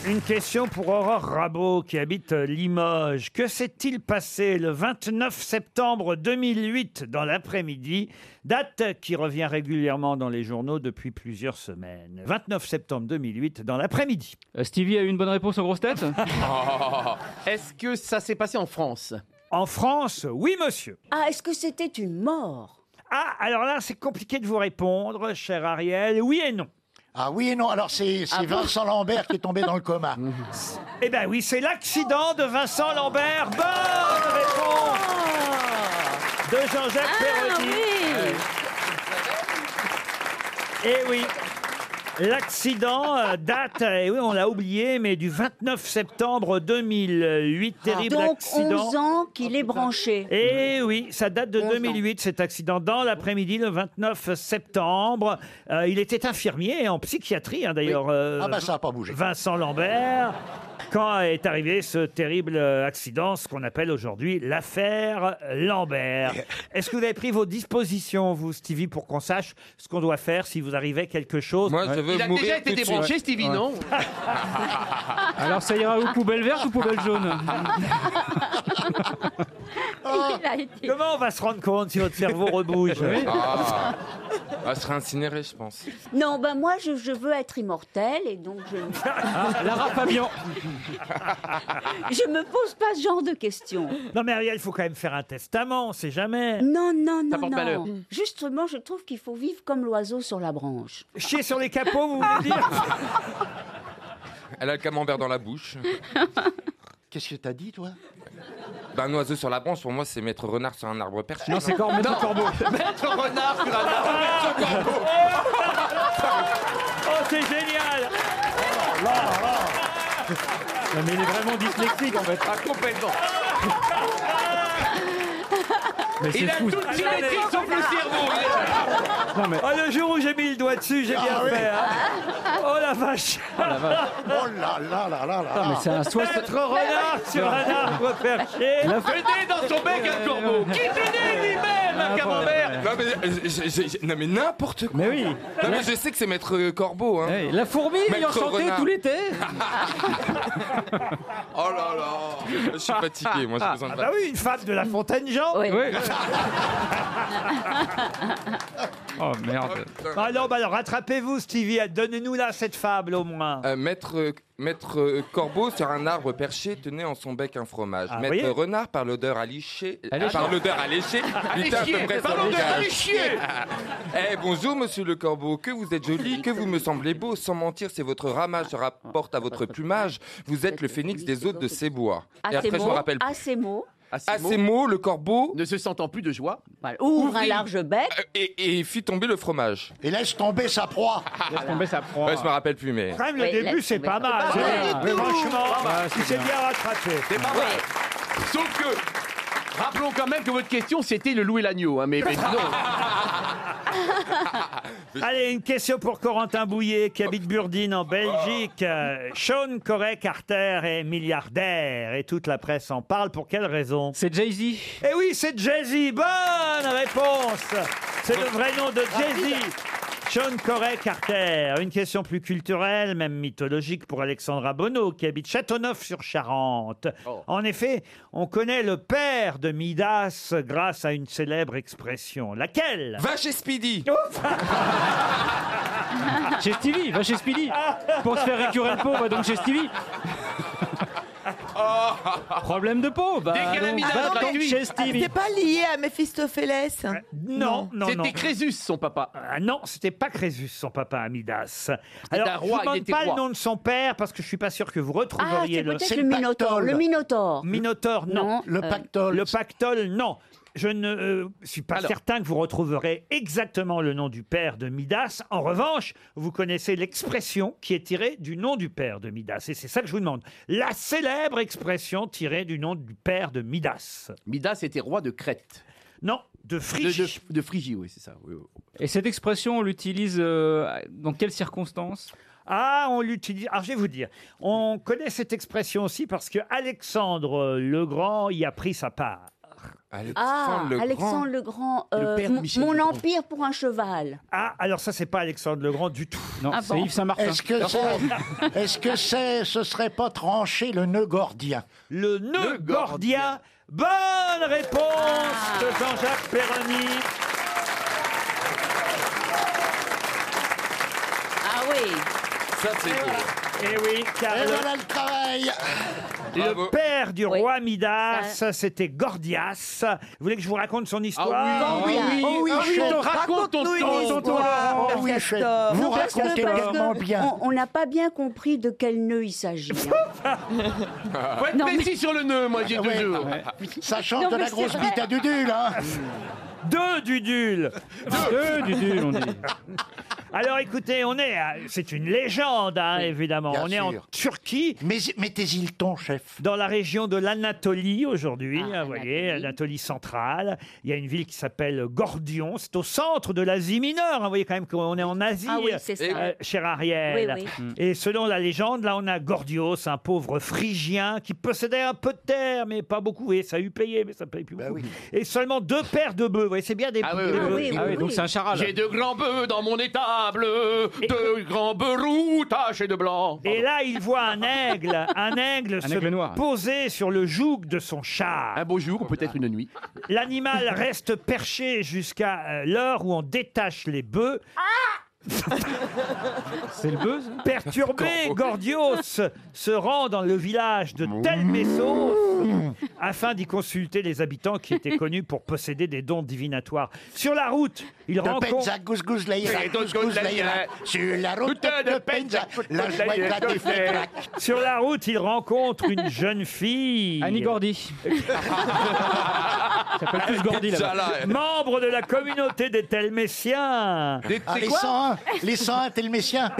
E: Une question pour Aurore Rabot qui habite euh, Limoges. Que s'est-il passé le 29 septembre 2008 dans l'après-midi Date qui revient régulièrement dans les journaux depuis plusieurs semaines. 29 septembre 2008 dans l'après-midi. Euh, Stevie a eu une bonne réponse en grosse [LAUGHS] tête
K: [LAUGHS] Est-ce que ça s'est passé en France
E: En France, oui monsieur.
H: Ah, est-ce que c'était une mort
E: Ah, alors là, c'est compliqué de vous répondre, cher Ariel. Oui et non.
F: Ah oui et non, alors c'est c'est
E: Ah bon
F: Vincent Lambert qui est tombé dans le
E: [LAUGHS]
F: coma.
E: Eh ben oui, c'est l'accident de Vincent Lambert. Bonne réponse de Jean-Jacques
H: Ah,
E: Perroni. Eh oui. L'accident euh, date, et oui, on l'a oublié, mais du 29 septembre 2008, terrible
H: Ah, Donc,
E: accident.
H: 11 ans qu'il est branché.
E: Eh oui, ça date de 2008, cet accident, dans l'après-midi, le 29 septembre. Euh, il était infirmier en psychiatrie, hein, d'ailleurs. euh,
F: Ah bah, ça a pas bougé.
E: Vincent Lambert. Quand est arrivé ce terrible euh, accident, ce qu'on appelle aujourd'hui l'affaire Lambert. Est-ce que vous avez pris vos dispositions, vous, Stevie, pour qu'on sache ce qu'on doit faire si vous arrivait quelque chose
G: Moi, je veux
K: Il a
G: mourir
K: déjà été
G: tout de
K: débranché,
G: suite.
K: Stevie,
I: [LAUGHS]
K: non
J: Alors ça ira où Poubelle verte ou poubelle jaune
E: Oh. Comment on va se rendre compte si
G: [LAUGHS]
E: votre cerveau rebouge
G: Ah. Elle serait incinérée, je
M: [LAUGHS]
G: pense.
H: Non, ben moi, je, je veux être immortel et donc
E: [LAUGHS]
H: je.
E: Ah,
H: je me pose pas ce genre de questions.
E: Non mais Ariel, il faut quand même faire un testament, on sait jamais.
H: Non, non,
E: Ça
H: non,
E: porte malheur.
H: non. Justement, je trouve qu'il faut vivre comme l'oiseau sur la branche.
E: Chier sur les capots, vous voulez
H: Ah.
E: dire
G: Elle a le camembert dans la bouche.
F: Qu'est-ce que t'as dit, toi
G: Ben, un oiseau sur la branche, pour moi, c'est mettre renard sur un arbre perché.
F: Non, c'est cor- maître corbeau.
K: [LAUGHS] Maître renard sur un arbre, maître corbeau.
I: [LAUGHS]
E: Oh, c'est génial
I: mais il est vraiment dyslexique en fait.
K: Ah, complètement.
I: [LAUGHS] Mais c'est
K: Il a
I: fou. Ah,
K: toute symétrie sauf
E: Ah.
K: le cerveau.
E: Oh, le jour où j'ai mis le doigt dessus, [LAUGHS] j'ai bien
H: Ah,
I: oui.
E: fait. hein. Oh la vache Oh
I: la vache.
K: Ah.
F: là là là là là.
I: Ah, mais c'est un soix-
E: Maître renard sur un arbre perché.
I: La
K: Le nez dans son bec, un corbeau.
E: Ah,
K: Qui se nez lui-même, un camembert
G: Non, mais, euh, j'ai- j'ai- j'ai- non, mais n'importe quoi. Mais oui. Non, mais je sais que c'est maître euh, corbeau. Hein.
I: La fourmi ayant
G: Maître
I: chanté
G: renard.
I: tout l'été.
G: Oh là là. Je suis fatigué, moi, j'ai besoin de
E: Ah bah oui, une femme de la Fontaine Jean
H: [LAUGHS]
J: Oh [LAUGHS] merde.
E: Ah non, bah alors rattrapez-vous Stevie, donnez-nous là cette fable au moins.
G: Euh, maître, euh, maître, euh, Corbeau sur un arbre perché tenait en son bec un fromage.
E: Ah,
G: maître
E: voyez
G: Renard par l'odeur alléchée,
I: Alléchée.
G: par l'odeur alléchée,
I: Alléchée,
G: luttait à peu près
I: par
G: son
I: l'odeur
G: visage.
I: alléchée.
G: Eh bonjour Monsieur le Corbeau, que vous êtes joli, que vous me semblez beau. Sans mentir, c'est votre ramage se rapporte à votre plumage. Vous êtes le phénix des hôtes de ces bois.
H: À
G: Et
H: ces
G: après je
H: mots,
G: me rappelle.
H: à ces mots,
G: À ces mots, le corbeau
K: ne se sentant plus de joie,
H: ouvre un large bec.
G: Euh, et, et fit tomber le fromage.
F: Et laisse tomber sa proie.
G: [LAUGHS] Laisse
J: tomber sa proie.
G: je me rappelle plus, mais.
E: Quand même, le
F: Oui,
E: début,
F: laisse
E: c'est
F: tomber.
E: pas mal.
F: C'est pas
E: hein.
F: mal du tout.
E: Franchement,
F: Pas mal,
E: tu sais bien rattrapé.
K: C'est pas vrai. Sauf que, rappelons quand même que votre question, c'était le loup et l'agneau. hein,
G: Eh
K: mais,
G: ben,
K: mais
E: [LAUGHS]
K: [LAUGHS] non.
E: Allez, une question pour Corentin Bouillet qui habite Burdine en Belgique. Euh, Sean Corey Carter est milliardaire et toute la presse en parle. Pour quelle raison
J: C'est Jay-Z.
E: Eh oui, c'est Jay-Z. Bonne réponse. C'est le vrai nom de Jay-Z. Sean Corey Carter. Une question plus culturelle, même mythologique pour Alexandra Bonneau qui habite Châteauneuf-sur-Charente.
G: Oh.
E: En effet, on connaît le père de Midas grâce à une célèbre expression. Laquelle
G: Va chez
K: [LAUGHS]
G: Speedy
J: Oh. Chez Stevie, va chez
I: [LAUGHS]
J: Speedy. Pour se faire récurer le pot, va donc chez Stevie.
G: Oh.
J: Problème de peau, bah,
G: Ah.
K: Dès qu'elle a
J: donc,
K: mis
J: va
M: Ah,
K: la-
J: donc
K: gratuit.
J: chez
M: T'es
J: Stevie.
M: pas lié à Mephistopheles
E: Ah, Non, non, non.
K: C'était Crésus, son papa.
E: Ah non, c'était pas Crésus, son papa Amidas. Alors,
K: un
E: je
K: roi,
E: vous
K: il
E: demande
K: était
E: pas
K: roi.
E: le nom de son père parce que je suis pas sûr que vous
H: Ah,
E: retrouveriez
H: c'est
E: le.
H: peut-être le Minotaure. Le Minotaure.
E: Minotaure, non.
H: Non, Le euh,
E: pactole. Le pactole, non. Je ne euh, suis pas
K: Alors.
E: certain que vous retrouverez exactement le nom du père de Midas. En revanche, vous connaissez l'expression qui est tirée du nom du père de Midas. Et c'est ça que je vous demande. La célèbre expression tirée du nom du père de Midas.
K: Midas était roi de Crète.
E: Non, de Phrygie.
K: De, de- de Phrygie, oui, c'est ça. oui, oui.
J: Et cette expression, on l'utilise euh, dans quelles circonstances
E: Ah, on l'utilise. Alors, je vais vous dire. On connaît cette expression aussi parce que Alexandre le Grand y a pris sa part.
H: Ah, Alexandre
E: Grand.
H: le Grand,
E: Le
H: euh,
E: père de
H: mon-
E: Michel
H: mon
E: Legrand.
H: empire pour un cheval.
E: Ah, alors ça, c'est pas Alexandre le Grand du tout. Non,
H: Ah c'est bon Yves Saint-Martin.
E: Est-ce que
F: c'est- Est-ce que c'est, ce serait pas tranché le nœud gordien
E: Le nœud gordien. Bonne réponse
F: Ah.
E: de Jean-Jacques Perroni.
H: Ah oui.
G: Ça, c'est
E: Et Eh oui, car
F: Et
E: le-
F: voilà le travail
E: Le père du roi Midas, c'était Gordias. Vous voulez que je vous raconte son histoire
F: Ah oui, Gordias. Oh oui, chef. Raconte-nous une histoire,
E: Oh
F: Père
E: oui, chef.
F: Castor.
E: Vous
F: Non, parce que-
E: racontez
F: parce
E: le
F: que-
E: moment bien.
H: On on n'a pas bien compris de quel nœud il
E: [LAUGHS]
H: s'agit. hein.
G: Ah,
K: Faut être
H: Non,
K: précis
H: mais-
K: sur le nœud, moi,
E: Ah,
K: j'ai
H: Ouais.
K: toujours.
F: Ça chante
H: Non,
F: de
H: mais
F: la
H: c'est
F: grosse
H: vrai.
F: bite à Dudule, hein
E: Deux dudules
J: Deux dudules, on dit.
E: Alors écoutez, on est, à- c'est une légende, hein, évidemment.
F: bien
E: on est en
F: sûr.
E: Turquie.
F: Mais mettez-y le ton, chef.
E: Dans la région de l'Anatolie aujourd'hui,
N: Ah,
E: hein, vous voyez, Anatolie centrale. Il y a une ville qui s'appelle Gordion. C'est au centre de l'Asie mineure. hein. vous voyez quand même qu'on est en Asie, Euh,
N: Ah oui, c'est ça.
E: cher Ariel.
N: Oui, oui. Mm.
E: Et selon la légende, là, on a Gordios, un pauvre phrygien qui possédait un peu de terre, mais pas beaucoup. Et ça a eu payé, mais ça paye
K: Bah
E: plus beaucoup. Et seulement deux paires de bœufs. Vous voyez, c'est bien
K: Ah
E: des des bœufs. Ah
K: J'ai deux grands bœufs dans mon étable, deux grands bœufs roux tachés de blanc.
E: Et là, il voit un
K: [LAUGHS]
E: aigle, un aigle
K: [LAUGHS] Un
E: se
K: aigle noir.
E: poser sur le joug de son char.
K: Un beau jour ou peut-être une nuit.
E: L'animal reste perché jusqu'à euh, l'heure où on détache les bœufs. Ah C'est le hein. bœuf Perturbé, Gordios se rend dans le village de Telmessos afin d'y consulter les habitants qui étaient connus pour posséder des dons divinatoires. Sur la route, il
F: De
E: rencontre...
F: Penza, Gouz Gouz Laïra,
E: Et de
F: Gouz Gouz Laïra, sur la route de Penza, la joie de la défaite.
E: Sur la route, il rencontre une jeune fille. Annie [LAUGHS] Gordy.
J: s'appelle plus Gordy, là-bas. Déjà, là, elle.
E: Membre de la communauté des Telmessiens.
F: Ah, les 101, les 101
E: [LAUGHS]
F: Telmessiens.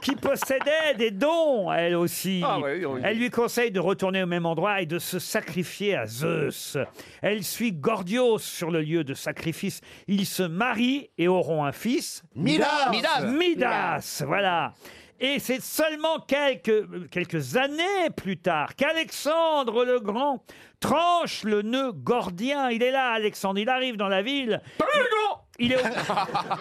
E: qui possédait des dons, elle aussi.
K: Ah oui, oui.
E: Elle lui conseille de retourner au même endroit et de se sacrifier à Zeus. Elle suit Gordios sur le lieu de sacrifice. Ils se marient et auront un fils.
F: Midas.
E: Midas, Midas, voilà. Et c'est seulement quelques, quelques années plus tard qu'Alexandre le Grand tranche le nœud gordien. Il est là, Alexandre, il arrive dans la ville. Il est, au,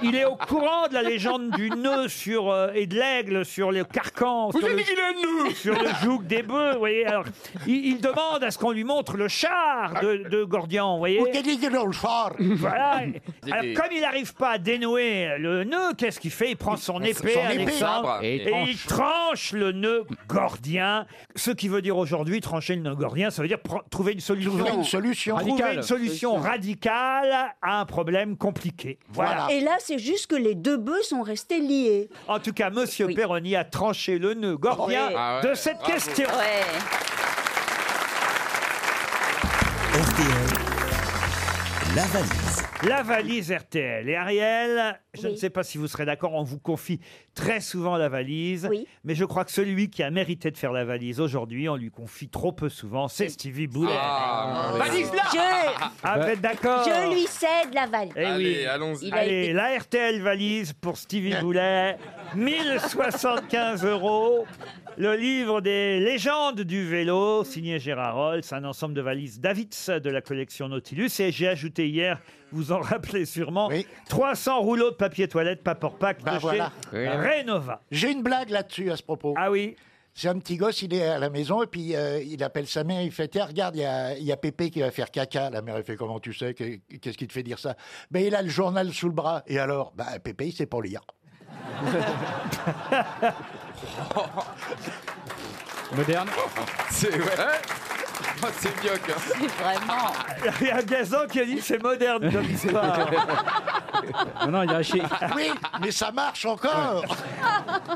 E: il est au courant de la légende du nœud sur, euh, et de l'aigle sur le carcan. sur le- [LAUGHS] Sur le joug des bœufs, vous voyez. Alors, il, il demande à ce qu'on lui montre le char de, de Gordian, vous voyez. Voilà. Alors, comme il n'arrive pas à dénouer le nœud, qu'est-ce qu'il fait Il prend son épée,
F: épée.
E: Alexandre,
F: Et
E: et,
F: il tranche.
E: il tranche le nœud gordien. Ce qui veut dire aujourd'hui, trancher le nœud gordien, ça veut dire pr- trouver une solution.
F: Trouver une solution.
E: Trouver
F: Radicale.
E: une solution radicale à un problème compliqué. Voilà.
H: Et là, c'est juste que les deux bœufs sont restés liés.
E: En tout cas, Monsieur Perroni a tranché le nœud gordien
H: Ouais. Ah ouais.
E: de cette
H: Bravo.
E: question.
C: La valise.
E: La valise RTL. Et Ariel, je
H: Oui.
E: ne sais pas si vous serez d'accord, on vous confie très souvent la valise. Mais je crois que celui qui a mérité de faire la valise aujourd'hui, on lui confie trop peu souvent, c'est Stevie Boulet.
G: Ah, oui.
H: Valise là Je-
J: Bah.
E: Ah, vous êtes d'accord
H: Je lui cède la valise.
E: Eh oui.
H: Il a
E: Allez,
H: été-
E: la RTL valise pour Stevie Boulet. 1075 euros. Le livre des légendes du vélo, signé Gérard Rolls, un ensemble de valises Davids de la collection Nautilus. Et j'ai ajouté hier, vous en rappelez sûrement, 300 rouleaux de papier toilette, pas pour Pâques,
F: Ben
E: de
F: voilà.
E: chez Renova.
F: J'ai une blague là-dessus à ce propos.
E: Ah oui
F: c'est un petit gosse, il est à la maison et puis euh, il appelle sa mère, il fait Tiens, regarde, il y, a, il y a Pépé qui va faire caca. La mère, elle fait Comment tu sais Que- Qu'est-ce qui te fait dire ça Ben, il a le journal sous le bras. Et alors Ben, Pépé, il sait pas
E: [LAUGHS]
F: lire.
E: [LAUGHS]
J: Moderne.
G: C'est ouais.
E: Hein
G: Oh, c'est bien.
H: C'est
G: [LAUGHS]
H: vraiment.
E: Il y a Gazan qui a dit c'est moderne comme histoire.
J: Non, non, il a acheté.
F: Ah Oui, mais ça marche encore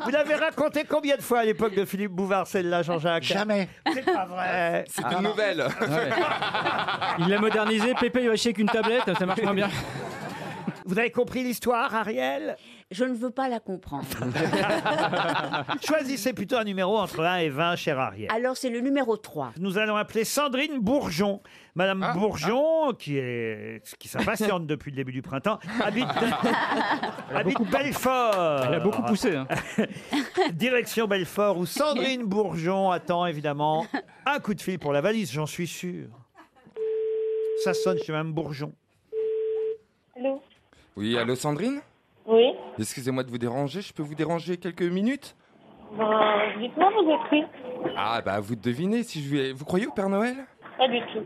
E: Vous l'avez raconté combien de fois à l'époque de Philippe Bouvard, celle-là, Jean-Jacques
F: Jamais.
E: C'est pas vrai. Ah.
G: C'est une nouvelle.
J: Il l'a modernisé, Pépé, il va chier qu'une tablette, ça marche moins bien.
E: Vous avez compris l'histoire, Ariel
H: Je ne veux pas la
E: [LAUGHS]
H: comprendre.
E: [LAUGHS] Choisissez plutôt un numéro entre 1 et 20, cher Ariel.
H: Alors, c'est le numéro 3.
E: Nous allons appeler Sandrine Bourgeon. Madame
J: Ah,
E: Bourgeon, qui est
J: [LAUGHS]
E: qui s'impatiente depuis le début du printemps, habite, [LAUGHS] habite Belfort.
J: Elle a beaucoup poussé, hein.
E: [LAUGHS]
J: [LAUGHS]
E: Direction Belfort, où Sandrine Bourgeon attend évidemment un coup de fil pour la valise, j'en suis sûr. Ça sonne chez Mme Bourgeon.
N: Allô
G: [LAUGHS] Oui, allô Sandrine
N: Oui
G: Excusez-moi de vous déranger, je peux vous déranger quelques minutes
N: Ben, dites-moi, vous êtes qui
G: Ah bah vous devinez si je vais... Vous croyez au Père Noël
N: Pas du tout.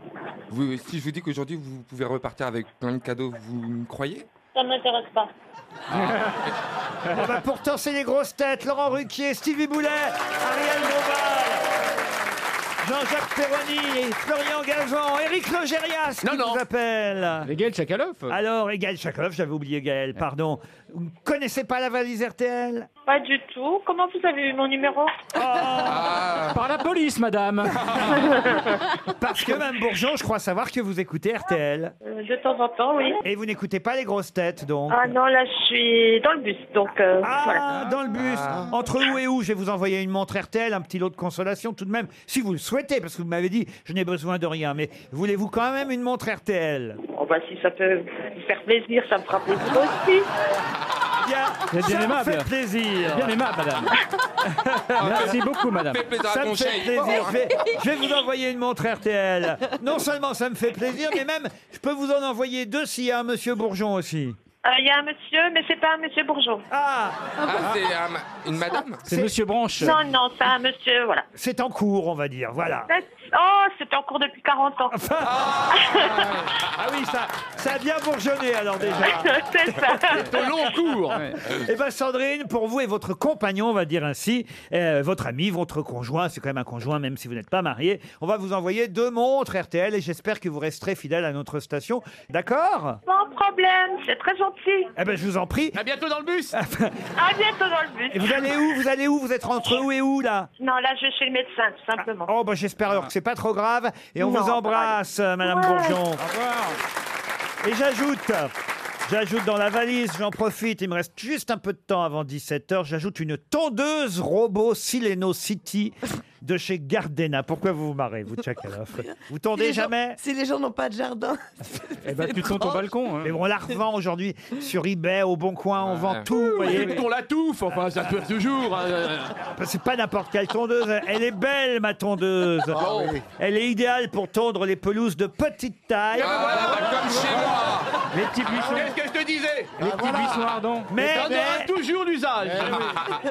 G: vous, Si je vous dis qu'aujourd'hui vous pouvez repartir avec plein de cadeaux, vous me croyez
N: Ça ne m'intéresse pas.
E: Ah bah pourtant, c'est les grosses têtes. Laurent Ruquier, Stevie Boulet, Ariel Dombal, Jean-Jacques Perroni, Florian Gazan, Éric Logérias qui nous appelle. Et Gaël Chakalov. Alors, et Gaël Chakalov, j'avais oublié Gaël, pardon. Vous ne connaissez pas la valise RTL
N: Pas du tout. Comment vous avez eu mon numéro
J: Oh. Ah. Par la police, madame.
E: [LAUGHS] Parce que Mme Bourgeon, je crois savoir que vous écoutez RTL.
N: Euh, De temps en temps, oui.
E: Et vous n'écoutez pas les grosses têtes, donc
N: Ah non, là, je suis dans le bus, donc euh,
J: Ah.
N: voilà.
E: Ah, dans le bus. Entre où et où, je vais vous envoyer une montre RTL, un petit lot de consolation tout de même, si vous le souhaitez, parce que vous m'avez dit, je n'ai besoin de rien. Mais voulez-vous quand même une montre RTL
N: Oh, bah, si ça peut vous faire plaisir, ça me fera plaisir aussi.
E: Bien,
J: C'est bien
E: ça me
J: aimable.
E: fait
G: [LAUGHS]
E: plaisir.
J: C'est bien aimable,
E: [LAUGHS]
J: madame. Merci beaucoup, madame.
E: Ça me fait plaisir. Je vais, je vais vous envoyer une montre RTL. Non seulement ça me fait plaisir, mais même je peux vous en envoyer deux s'il y a un monsieur Bourgeon aussi.
N: Euh, Il y a un monsieur, mais c'est pas un monsieur Bourgeon.
E: Ah
G: Ah, c'est un ma- une madame
E: C'est monsieur Branche.
N: Non, non, c'est un monsieur, voilà.
E: C'est en cours, on va dire. Voilà.
N: Oh, c'était en cours depuis 40 ans. [LAUGHS]
E: Ah oui, ça, ça a bien bourgeonné alors déjà.
N: C'est ça. C'est
E: [LAUGHS] au long cours. Eh bien Sandrine, pour vous et votre compagnon, on va dire ainsi, euh, votre ami, votre conjoint, c'est quand même un conjoint même si vous n'êtes pas marié, on va vous envoyer deux montres RTL et j'espère que vous resterez fidèle à notre station. D'accord
N: Sans problème, c'est très gentil.
E: Eh ben je vous en prie.
K: À bientôt dans le bus.
N: À bientôt dans le bus.
E: [LAUGHS] Et vous allez où Vous allez où Vous êtes
N: Eh
E: entre où et où là
N: Non, là, je suis chez le médecin, tout simplement.
E: Oh ben j'espère alors que c'est pas trop grave et on
N: Non,
E: vous embrasse, euh, Madame
N: Ouais.
E: Bourgeon. Et j'ajoute. J'ajoute dans la valise, j'en profite, il me reste juste un peu de temps avant 17h, j'ajoute une tondeuse robot Sileno City de chez Gardena. Pourquoi vous vous marrez, vous, Tchakalov Vous tondez
M: les gens-
E: jamais
M: Si les gens n'ont pas de jardin.
E: Eh ben,
M: tu tonds ton balcon, hein.
E: Mais bon, on la revend aujourd'hui sur eBay, au Bon Coin, on vend tout, vous voyez.
K: On la touffe, enfin, ça se fait toujours. hein.
E: Parce que C'est pas n'importe quelle tondeuse. Elle est belle, ma tondeuse.
K: Ah oui.
E: Elle est idéale pour tondre les pelouses de petite taille.
K: Ah, bah, comme chez moi. Ah,
E: Les petits buissons.
K: Qu'est-ce que je te disais
E: Les petits voilà. buissons ardents. Mais-
K: Mais on aura
E: mais-
K: toujours l'usage.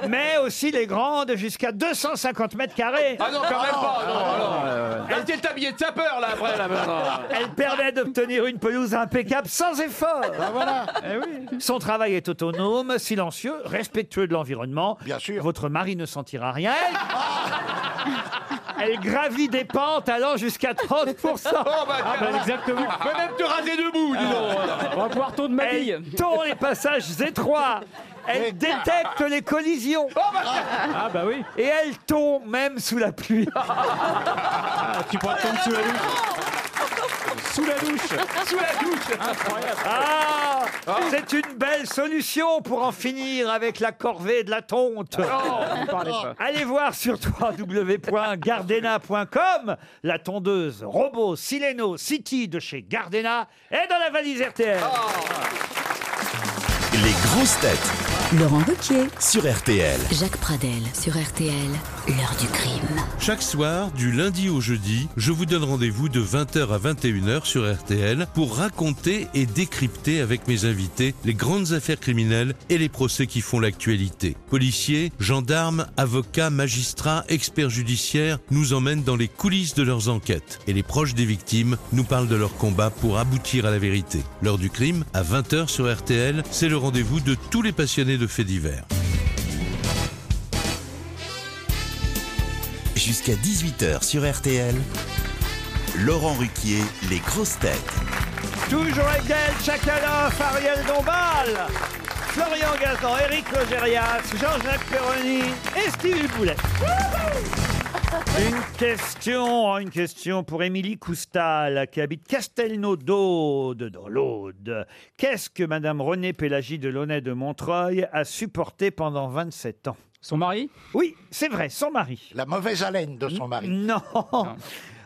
E: Mais aussi les grandes jusqu'à 250 mètres carrés.
K: Ah non, quand même pas. Non, non. Là, c'est le tablier de sapeur, là, après. Là, maintenant.
E: Elle permet d'obtenir une pelouse impeccable sans effort. Eh Son travail est autonome, silencieux, respectueux de l'environnement. Bien sûr. Votre mari ne sentira rien. Elle, elle gravit des pentes allant jusqu'à 30
K: Oh, bah, Ah, bah, exactement.
E: Tu
K: peux même te raser debout, dis donc.
E: Ah. On va pouvoir tourner ma bille. Elle tond les passages étroits. Elle détecte les collisions.
K: Oh,
E: ah bah oui. Et elle tombe même sous la
K: [LAUGHS]
E: pluie. Ah, tu pourras tomber sous la douche. Sous la douche.
K: Sous la douche. Incroyable.
E: Ah C'est une belle solution pour en finir avec la corvée de la tonte.
K: Non, vous parlez pas.
E: Allez voir sur www.gardena.com la tondeuse robot Sileno City de chez Gardena est dans la valise RTL. Oh.
O: Les grosses têtes.
D: Laurent Ruquier.
O: Sur RTL.
D: Jacques Pradel sur RTL, l'heure du crime.
P: Chaque soir, du lundi au jeudi, je vous donne rendez-vous de 20h à 21h sur RTL pour raconter et décrypter avec mes invités les grandes affaires criminelles et les procès qui font l'actualité. Policiers, gendarmes, avocats, magistrats, experts judiciaires nous emmènent dans les coulisses de leurs enquêtes et les proches des victimes nous parlent de leur combat pour aboutir à la vérité. L'heure du crime, à 20h sur RTL, c'est le rendez-vous de tous les passionnés de faits divers.
O: Jusqu'à 18h sur RTL. Laurent Ruquier, les grosses têtes.
E: Toujours avec elle, Chakalov, Ariel Dombal, Florian Gazan, Eric Logérias, Jean-Jacques Perroni et Stevie Boulet. Une question, une question pour Émilie Coustal, qui habite Castelnau d'Aude, dans l'Aude. Qu'est-ce que Madame Renée Pélagie de Launay de Montreuil a supporté pendant 27 [LAUGHS] ans Son mari Oui, c'est vrai, son mari. La mauvaise haleine de son mari. Non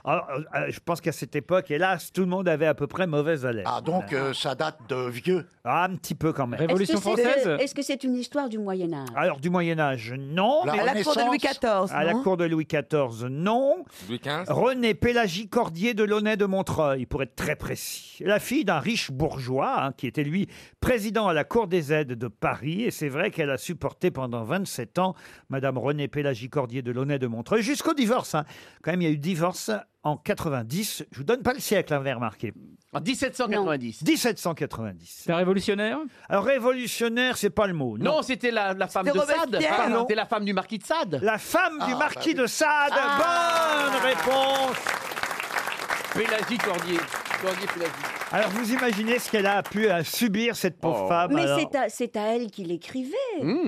E: Ah, euh, je pense qu'à cette époque, hélas, tout le monde avait à peu près mauvaise haleine. Ah,
F: donc, euh,
E: ça date de vieux Ah, un petit peu quand même.
H: Est-ce que c'est- Est-ce que c'est une histoire du Moyen Âge
E: Alors, du Moyen-Âge, non.
H: La
E: mais-
H: À la cour de Louis XIV,
E: À la
H: non
E: cour de Louis XIV, non.
G: Louis XV
E: René Pélagie Cordier de Launay de Montreuil, pour être très précis. La fille d'un riche bourgeois, hein, qui était lui président à la Cour des aides de Paris, et c'est vrai qu'elle a supporté pendant 27 ans Madame René Pélagie Cordier de Launay de Montreuil, jusqu'au divorce. hein. Quand même, il y a eu divorce en 90. Je vous donne pas le siècle, hein, vous avez remarqué. En 1790. 1790. C'est un révolutionnaire Alors, révolutionnaire, c'est pas le mot.
K: Non, c'était la, la femme de
E: C'était
K: Sade.
E: Robespierre.
K: Pardon,
E: Non.
K: C'était Ah la femme du marquis de Sade. Ah, bah
E: La femme
G: Ah,
E: du marquis
G: bah
E: de Sade. Bonne réponse.
K: Pélagie Cordier. Cordier Pélagie.
E: Alors vous imaginez ce qu'elle a pu euh, subir cette pauvre
K: Oh.
E: femme.
H: Mais
E: alors.
H: c'est à, c'est à elle qu'il écrivait,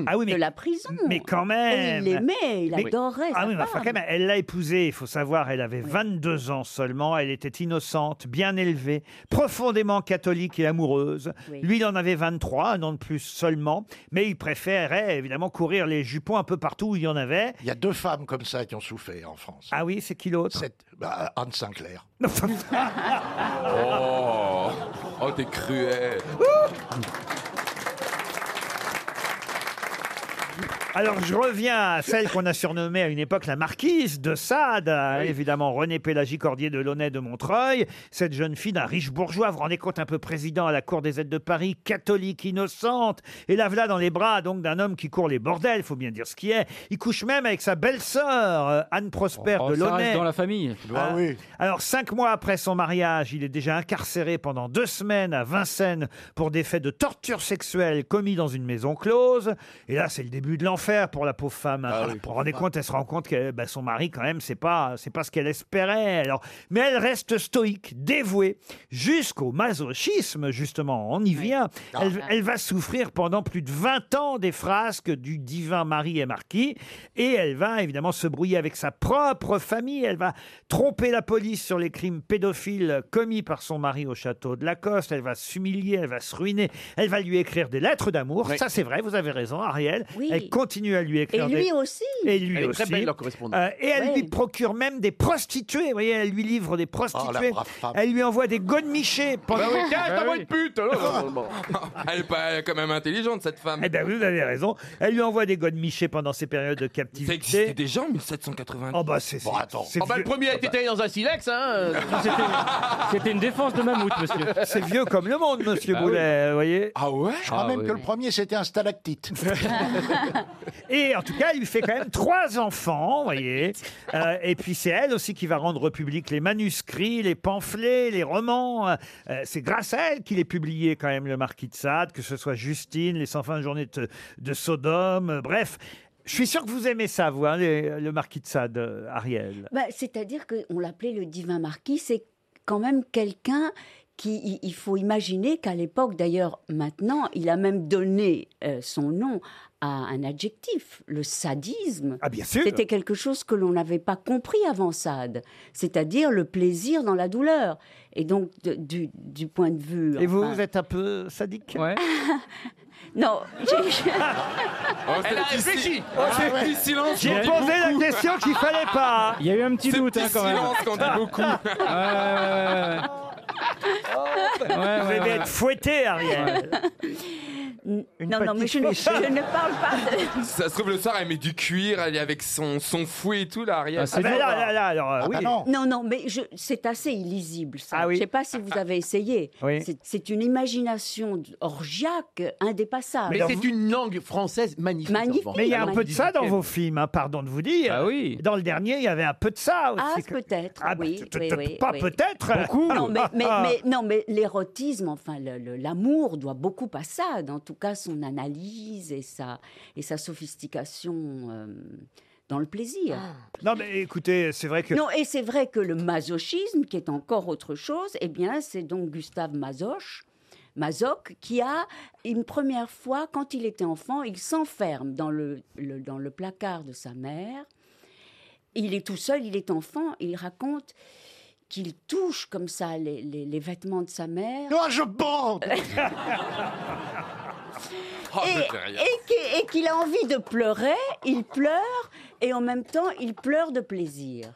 E: Ah oui, mais-
H: de la prison.
E: Mais quand même.
H: Et il l'aimait, il
E: Mais-
H: adorait
E: Ah
H: sa
E: oui, mais enfin,
H: femme.
E: quand même, elle l'a épousée, il faut savoir, elle avait 22 ans seulement, elle était innocente, bien élevée, profondément catholique et amoureuse.
Q: Oui.
E: Lui, il en avait 23, un an de plus seulement, mais il préférait évidemment courir les jupons un peu partout où il y en avait.
F: Il y a deux femmes comme ça qui ont souffert en France.
E: Ah oui, c'est qui l'autre
F: Cette- bah, Anne Sinclair.
E: [LAUGHS]
G: Oh, oh t'es cruel.
E: Alors je reviens à celle qu'on a surnommée à une époque la marquise de Sade, euh, évidemment René Pélagie Cordier de Launay de Montreuil, cette jeune fille d'un riche bourgeois, vous vous rendez compte, un peu président à la Cour des aides de Paris, catholique, innocente, et la voilà dans les bras donc d'un homme qui court les bordels, faut bien dire ce qui est. Il couche même avec sa belle-sœur euh, Anne Prosper
J: Oh,
E: de
J: ça reste
E: Launay.
J: dans la famille.
E: Ah, Alors, cinq mois après son mariage, il est déjà incarcéré pendant deux semaines à Vincennes pour des faits de torture sexuelle commis dans une maison close. Et là, c'est le début de l'enfer pour la pauvre femme. vous vous rendez compte, elle se rend compte que bah, son mari, quand même, c'est pas, c'est pas ce qu'elle espérait. Alors, mais elle reste stoïque, dévouée, jusqu'au masochisme, justement. On y vient.
H: Ah.
E: Elle, elle va souffrir pendant plus de 20 ans des frasques du divin Marie et Marquis. Et elle va évidemment se brouiller avec sa propre famille. Elle va tromper la police sur les crimes pédophiles commis par son mari au château de Lacoste. Elle va s'humilier, elle va se ruiner. Elle va lui écrire des lettres d'amour. Ça, c'est vrai, vous avez raison, Ariel.
H: Oui.
E: Elle continue à lui écrire
H: Et lui
E: des-
H: aussi.
E: Et lui
K: Elle est très
E: aussi.
K: belle, leur correspondante.
E: Euh, et elle
H: Ouais.
E: lui procure même des prostituées. Vous voyez, elle lui livre
K: Oh,
E: des prostituées.
G: brave femme.
E: elle lui envoie des godemichés. pendant-
G: Bah
E: [LAUGHS]
G: oui, tiens, t'envoies une pute. alors. Elle est pas elle est quand même intelligente cette femme.
E: [LAUGHS] Eh bien, vous avez raison. Elle lui envoie des godemichés pendant ses périodes de captivité. Ça existait
G: déjà en 1780.
E: Oh, bah, c'est.
G: Bon, attends.
E: c'est Ah,
K: Oh, bah, le
E: vieux.
K: premier a été taillé dans un silex,
E: Ah
K: hein.
E: C'était une défense de mammouth, monsieur. C'est vieux comme le monde, [LAUGHS] monsieur
F: Bah
K: Ah oui.
E: Boulet, vous voyez.
G: Ah ouais
F: Je crois même que le premier, c'était un
E: [LAUGHS]
F: stalactite.
E: Et en tout cas, elle lui fait quand même trois enfants, vous voyez. Euh, et puis c'est elle aussi qui va rendre public les manuscrits, les pamphlets, les romans. Euh, c'est grâce à elle qu'il est publié quand même le Marquis de Sade, que ce soit Justine, les 120 journées de, de Sodome, euh, bref. Je suis sûr que vous aimez ça, vous, hein, les- le Marquis de Sade, euh, Ariel.
H: Bah, C'est-à-dire qu'on l'appelait le divin marquis, c'est quand même quelqu'un qui, il- il faut imaginer qu'à l'époque, d'ailleurs maintenant, il a même donné euh, son nom à un adjectif, le sadisme.
E: Ah bien sûr.
H: C'était quelque chose que l'on n'avait pas compris avant Sade, c'est-à-dire le plaisir dans la douleur. Et donc, de- du, du point de vue...
E: Et vous,
H: enfin-
E: vous êtes un peu sadique [LAUGHS] Ah
H: Non, j'ai-
K: [LAUGHS] Elle a réfléchi.
E: Oh, c'est-
K: Ah ouais.
E: J'ai
K: qu'on dit
E: posé la
K: beaucoup.
E: question qu'il fallait pas.
J: Il y a eu un petit doute hein, quand même.
E: [LAUGHS] Vous allez
J: ouais, ouais.
E: être fouetté, Ariel.
H: non, non, mais
E: petite
H: je ne,
E: fessée.
H: je ne parle pas de...
G: Ça se trouve le soir, elle met du cuir, elle est avec son, son fouet et tout Ah, là, euh, Ariel.
E: Ah
G: Ah,
H: [LAUGHS]
K: Ah
H: non. non, mais je- c'est assez illisible, ça. Je ne sais pas si vous avez essayé.
K: Oui.
H: C'est- C'est une imagination d- orgiaque indépassable.
K: Mais c'est une langue française magnifique.
H: Magnifique.
E: Mais il y a un peu de ça dans vos films, hein, pardon de vous dire.
J: Bah
E: oui. Dans le dernier, il y avait un peu de ça aussi.
H: Ah,
E: que-
H: peut-être,
E: Ah,
H: oui,
E: peut-
H: oui,
E: peut-
H: oui,
E: pas
H: oui.
E: peut-être.
H: Ah,
E: Ah,
H: Non, mais, mais- mais- non, mais l'érotisme, enfin, le- le- l'amour doit beaucoup à ça. En tout cas, son analyse et sa, et sa sophistication euh, dans le plaisir.
E: Non, Ah, mais écoutez, c'est vrai que.
H: Non, et c'est vrai que le masochisme, qui est encore autre chose, eh bien, c'est donc Gustave Mazoch, Mazoch, qui a, une première fois, quand il était enfant, il s'enferme dans le, le- dans le placard de sa mère. Il est tout seul, il est enfant, il raconte qu'il touche comme ça les, les- les vêtements de sa mère.
F: Non,
H: [LAUGHS]
F: je bande
I: Oh,
G: Oh,
H: et, et qu'il- et qu'il a envie de pleurer, il pleure et en même temps, il pleure de plaisir.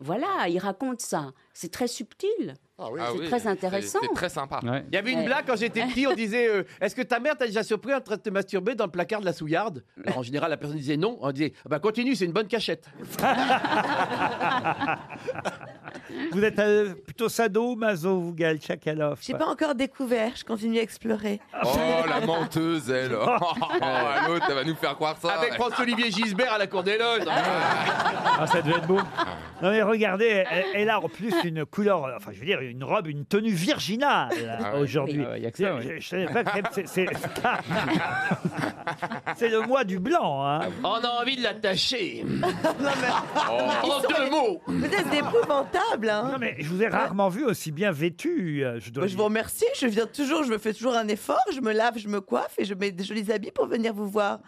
H: Voilà, il raconte ça. C'est très subtil.
G: Ah
K: Ah
H: c'est très intéressant.
K: Il y avait une
H: Ouais.
K: blague quand j'étais petit, on disait euh, Est-ce que ta mère t'a déjà surpris en train de te masturber dans le placard de la souillarde Alors, En général, la personne disait non. On disait Ah bah, Continue, c'est une bonne cachette.
E: Ah, Vous êtes euh, plutôt sado, maso, vous, Gaël Chakalov
M: J'ai pas encore découvert, je continue à explorer.
G: Oh, la menteuse, elle. Oh, l'autre, elle va nous faire croire ça.
K: Avec François-Olivier Gisbert à la cour des loges.
E: Ah, ça devait être beau. Non, mais regardez, elle, elle a en plus une couleur, euh, enfin, je veux dire, une robe, une tenue virginale
K: Ah ouais.
E: aujourd'hui.
K: Oui. Ah ouais, y a que ça,
E: Je-
K: ouais.
E: je savais pas que c'est- c'est- C'est le mois du blanc, hein.
K: Ah On a envie de
E: [LAUGHS]
K: l'attacher. Oh,
M: Ils
K: En
M: sont-
K: deux mots.
M: Vous êtes épouvantable, hein Bah,
E: Non, mais je vous ai rarement vu aussi bien vêtu. euh, Je dois
M: Je vous remercie, je viens toujours, je me fais toujours un effort, je me lave, je me coiffe et je mets des jolis habits pour venir vous voir.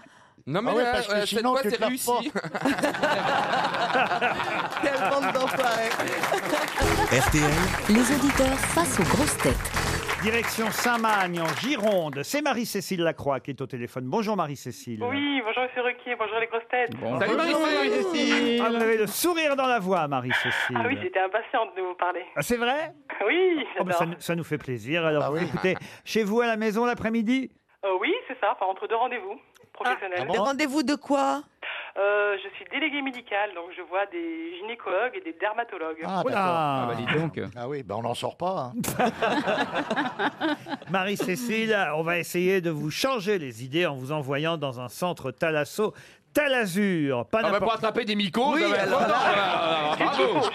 G: Non, mais Ah ouais, là, parce que euh, cette sinon, fois, tu c'est te laves réussi. [LAUGHS]
M: Quelle bande d'enfoirés.
O: RTL,
E: Les auditeurs face aux grosses têtes. Direction Saint-Magne, en Gironde. C'est Marie-Cécile Lacroix qui est au téléphone. Bonjour Marie-Cécile.
Q: Oui, bonjour Monsieur Ruquier, bonjour les grosses têtes.
E: oh. Bonjour. Ah, vous avez le sourire dans la voix, Marie-Cécile.
Q: Ah oui, j'étais impatiente de vous parler.
E: Ah, c'est vrai
Q: Oui,
E: Oh, ben,
Q: j'adore.
E: ça, nous- ça nous fait plaisir. Alors, vous écoutez, chez vous à la maison l'après-midi
Q: Euh, oui, c'est ça, enfin, entre deux rendez-vous professionnels.
E: Ah bon
M: Rendez-vous de quoi
Q: Euh, Je suis déléguée médicale, donc je vois des gynécologues et des dermatologues.
F: Ah, d'accord.
E: Ah, bah, dis donc.
F: Ah oui, ben on n'en sort pas. hein.
E: Marie-Cécile, on va essayer de vous changer les idées en vous envoyant dans un centre Thalasso. Talazur, pas
K: Ah bah,
E: n'importe-
K: pour attraper des mycoses,
E: Oui,
K: ah bah,
E: alors
K: attends,
E: là-
K: ah bah,
E: [LAUGHS]
K: bravo.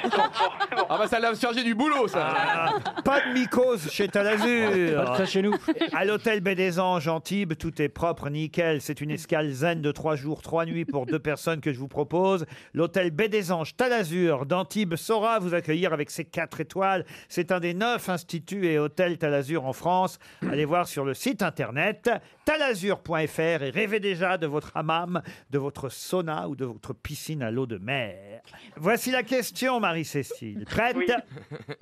K: Ah bah ça l'a chargé du boulot ça.
E: Pas de mycose chez Talazur.
K: Pas de ça chez
E: nous. À l'hôtel Baie des Anges, Antibes, tout est propre, nickel. C'est une escale zen de trois jours, trois nuits pour deux personnes que je vous propose. L'hôtel Baie des Anges, Talazur, d'Antibes, saura vous accueillir avec ses quatre étoiles. C'est un des neuf instituts et hôtels Talazur en France. Allez voir sur le site internet talazur.fr et rêvez déjà de votre hammam, de votre sauna ou de votre piscine à l'eau de mer. Voici la question, Marie-Cécile. Prête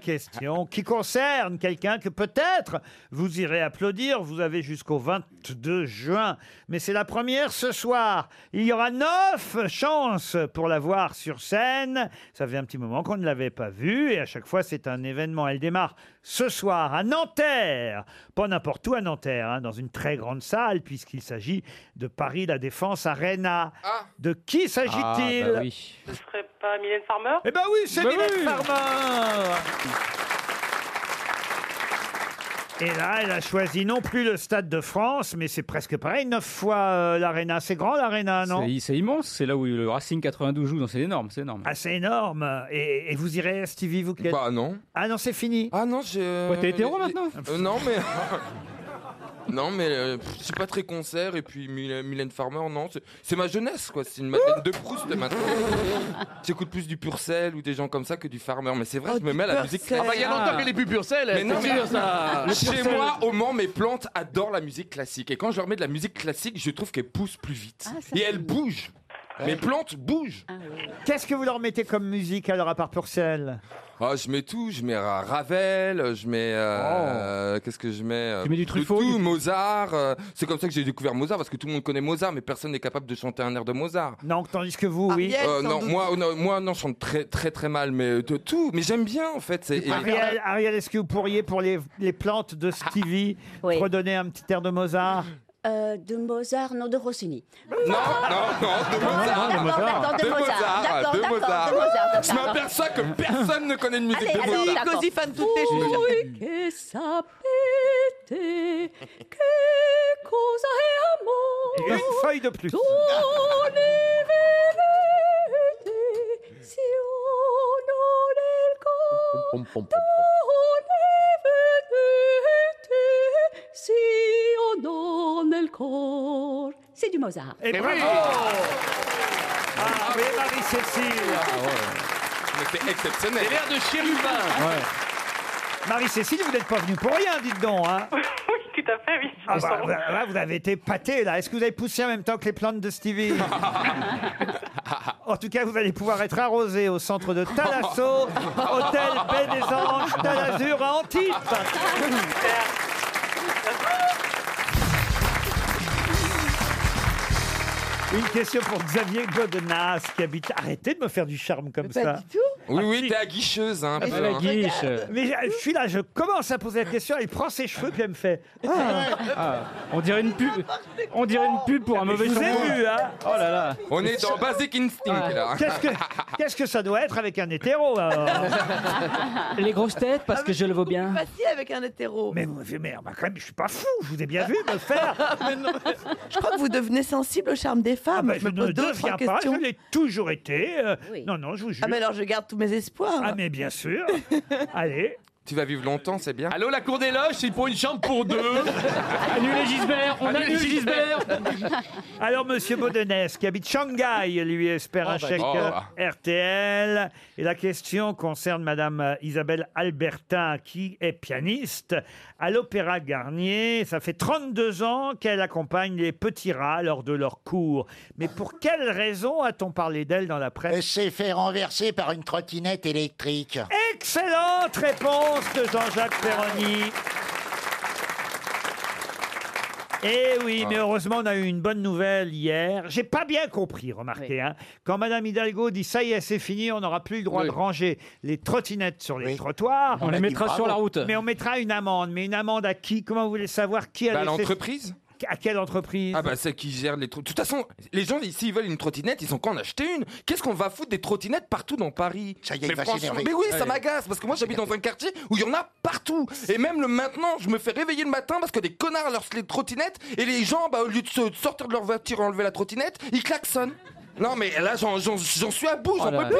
E: Question qui concerne quelqu'un que peut-être vous irez applaudir. Vous avez jusqu'au 22 juin, mais c'est la première ce soir. Il y aura neuf chances pour la voir sur scène. Ça fait un petit moment qu'on ne l'avait pas vue et à chaque fois c'est un événement. Elle démarre ce soir à Nanterre, pas n'importe où à Nanterre, hein, dans une très grande salle puisqu'il s'agit de Paris La Défense Arena. De qui s'agit-il
Q: Ah, bah oui. Ce serait pas Mylène Farmer
E: Eh ben oui, c'est
Q: Bah
E: Mylène
Q: oui.
E: Farmer Et là, elle a choisi non plus le Stade de France, mais c'est presque pareil, neuf fois euh, l'Arena. C'est grand l'Arena, non
J: C'est- C'est immense, c'est là où le Racing 92 joue, donc c'est énorme, c'est énorme.
E: Ah, c'est énorme et, et vous irez, Stevie, vous qui êtes-
J: Bah,
G: non.
E: Ah non, c'est fini
G: Ah non, j'ai...
J: Ouais, t'es hétéro maintenant
G: Euh, Non, mais. [LAUGHS]
J: [LAUGHS]
G: Non mais euh, pff, je suis pas très concert et puis Mylè- Mylène Farmer non c'est- c'est ma jeunesse quoi c'est une Madeleine de Proust
K: [LAUGHS]
G: maintenant j'écoute plus du Purcell ou des gens comme ça que du Farmer mais c'est vrai je me mets à la musique
K: Ah
G: classique
K: bah il y a longtemps qu'elle est plus Purcell.
G: mais
K: elle,
G: non,
K: c'est
G: mais- [LAUGHS]
K: sûr, ça.
G: Chez moi, au Mans, mes plantes adorent la musique classique. Et quand je leur mets de la musique classique, je trouve qu'elles poussent plus vite.
K: Ah,
G: Et elles bougent. Mes plantes bougent.
E: Qu'est-ce que vous leur mettez comme musique alors à part Purcell
G: Ah, je mets tout. Je mets Ra- Ravel. Je mets. euh, Qu'est-ce que je mets euh,
K: Oh. Tu mets du
G: de
K: Truffaut,
G: tout, Mozart. euh, C'est comme ça que j'ai découvert Mozart parce que tout le monde connaît Mozart, mais personne n'est capable de chanter un air de Mozart.
E: Non, tandis que vous, oui.
G: Euh, non, moi, oh, non, moi, non, je chante très, très, très mal, mais euh, de tout. Mais j'aime bien, en fait. c'est-
E: Ariel, Ariel, est-ce que vous pourriez, pour les, les plantes de Stevie, redonner un petit air de Mozart
H: Euh, de Mozart, non, de Rossini.
G: Non, de
E: Ah,
G: Mozart.
H: non, de Mozart.
G: De
H: D'accord,
G: Mozart,
H: d'accord,
G: de
H: d'accord,
G: Mozart.
H: de Mozart, d'accord.
G: Je m'aperçois que personne ne connaît de musique
H: Allez,
G: de
H: allez,
G: Mozart.
H: d'accord.
M: Cosy fan toutes les choses.
R: Ui, che sapete che cosa è amore?
E: Une feuille de plus.
R: Tu ne vedete se uno nel cor Tu ne vedete se uno nel cor C'est du Mozart.
E: Et bravo Ah, mais Marie-Cécile
G: C'est exceptionnel.
K: C'est l'air de chérubin.
E: Marie-Cécile, vous n'êtes pas venue pour rien, dites donc. Hein oui,
Q: tout à fait, [LAUGHS] oui.
E: Ah bah, bah, bah, vous avez été pâté, là. Est-ce que vous avez poussé en même temps que les plantes de Stevie
G: [LAUGHS]
E: En tout cas, vous allez pouvoir être arrosé au centre de
G: [LAUGHS]
E: Talasso, hôtel Baie des Anges, Talazur à Antibes. Une question pour Xavier Godenas qui habite. Arrêtez de me faire du charme comme
G: Pas
E: ça. Ah,
G: du tout. Oui,
K: Ah,
G: oui, t'es aguicheuse, hein, un peu, hein.
E: Eh ben, Mais je je suis là, je commence à poser la question, elle prend ses cheveux puis elle me fait. Ah.
J: on dirait une pub. On dirait une pub pour un mauvais
E: Je vous ai
J: shampoing.
E: vu, hein.
J: Oh là là.
G: On est dans Basic Instinct, là.
E: Qu'est-ce que, qu'est-ce que ça doit être avec un
M: [LAUGHS]
E: hétéro alors
S: Les grosses têtes, parce que je le vaux bien.
M: Facile avec un hétéro.
E: Mais vous mais bah, quand même, je suis pas fou, je vous ai bien vu me le
M: [LAUGHS]
E: faire.
M: Ah, Je crois que vous devenez sensible au charme des femmes.
E: Ah, bah,
M: je me
E: ne
M: pose
E: deviens
M: d'autres
E: pas,
M: questions.
E: je l'ai toujours été. euh,
M: Oui.
E: Non, non, je vous jure.
M: Ah, mais alors je garde tous mes espoirs.
E: Ah, mais bien sûr. Allez.
G: Tu vas vivre longtemps, c'est bien.
K: Allô, la cour des loges, c'est pour une chambre pour deux.
E: Annulez Gisbert,
K: on annule Gisbert.
E: Alors, monsieur Baudenès, qui habite Shanghai, lui espère
K: Oh,
E: un
K: bah,
E: chèque
K: oh.
E: euh, RTL. Et la question concerne madame euh, Isabelle Albertin, qui est pianiste à l'Opéra Garnier. Ça fait 32 ans qu'elle accompagne les petits rats lors de leurs cours. Mais pour quelle raison a-t-on parlé d'elle dans la presse
F: Elle s'est fait renverser par une trottinette électrique.
E: Excellente réponse de Jean-Jacques Perroni. Eh oui,
G: Ah.
E: mais heureusement, on a eu une bonne nouvelle hier. J'ai pas bien compris, remarquez. hein. Quand Madame Hidalgo dit ça y est, c'est fini, on n'aura plus le droit de ranger les trottinettes sur les trottoirs.
J: On On les a dit mettra
G: Bah,
J: bravo. sur la route.
E: Mais on mettra une amende. Mais une amende à qui Comment vous voulez savoir qui a
G: Bah, à
E: laissé-
G: l'entreprise
E: À quelle entreprise
G: Ah bah c'est qui gère les trottinettes. De toute façon, les gens s'ils veulent une trottinette, ils ont qu'à en acheter une. Qu'est-ce qu'on va foutre des trottinettes partout dans Paris
F: Ça y est, il
G: mais,
F: va s'énerver.
G: mais oui, ça
F: Allez.
G: m'agace parce que moi j'habite dans un quartier où il y en a partout. Et même le maintenant, je me fais réveiller le matin parce que des connards lancent les trottinettes et les gens, bah, au lieu de se- de sortir de leur voiture et enlever la trottinette, ils klaxonnent. Non mais là j'en j'en- j'en suis à bout, Oh, j'en peux plus.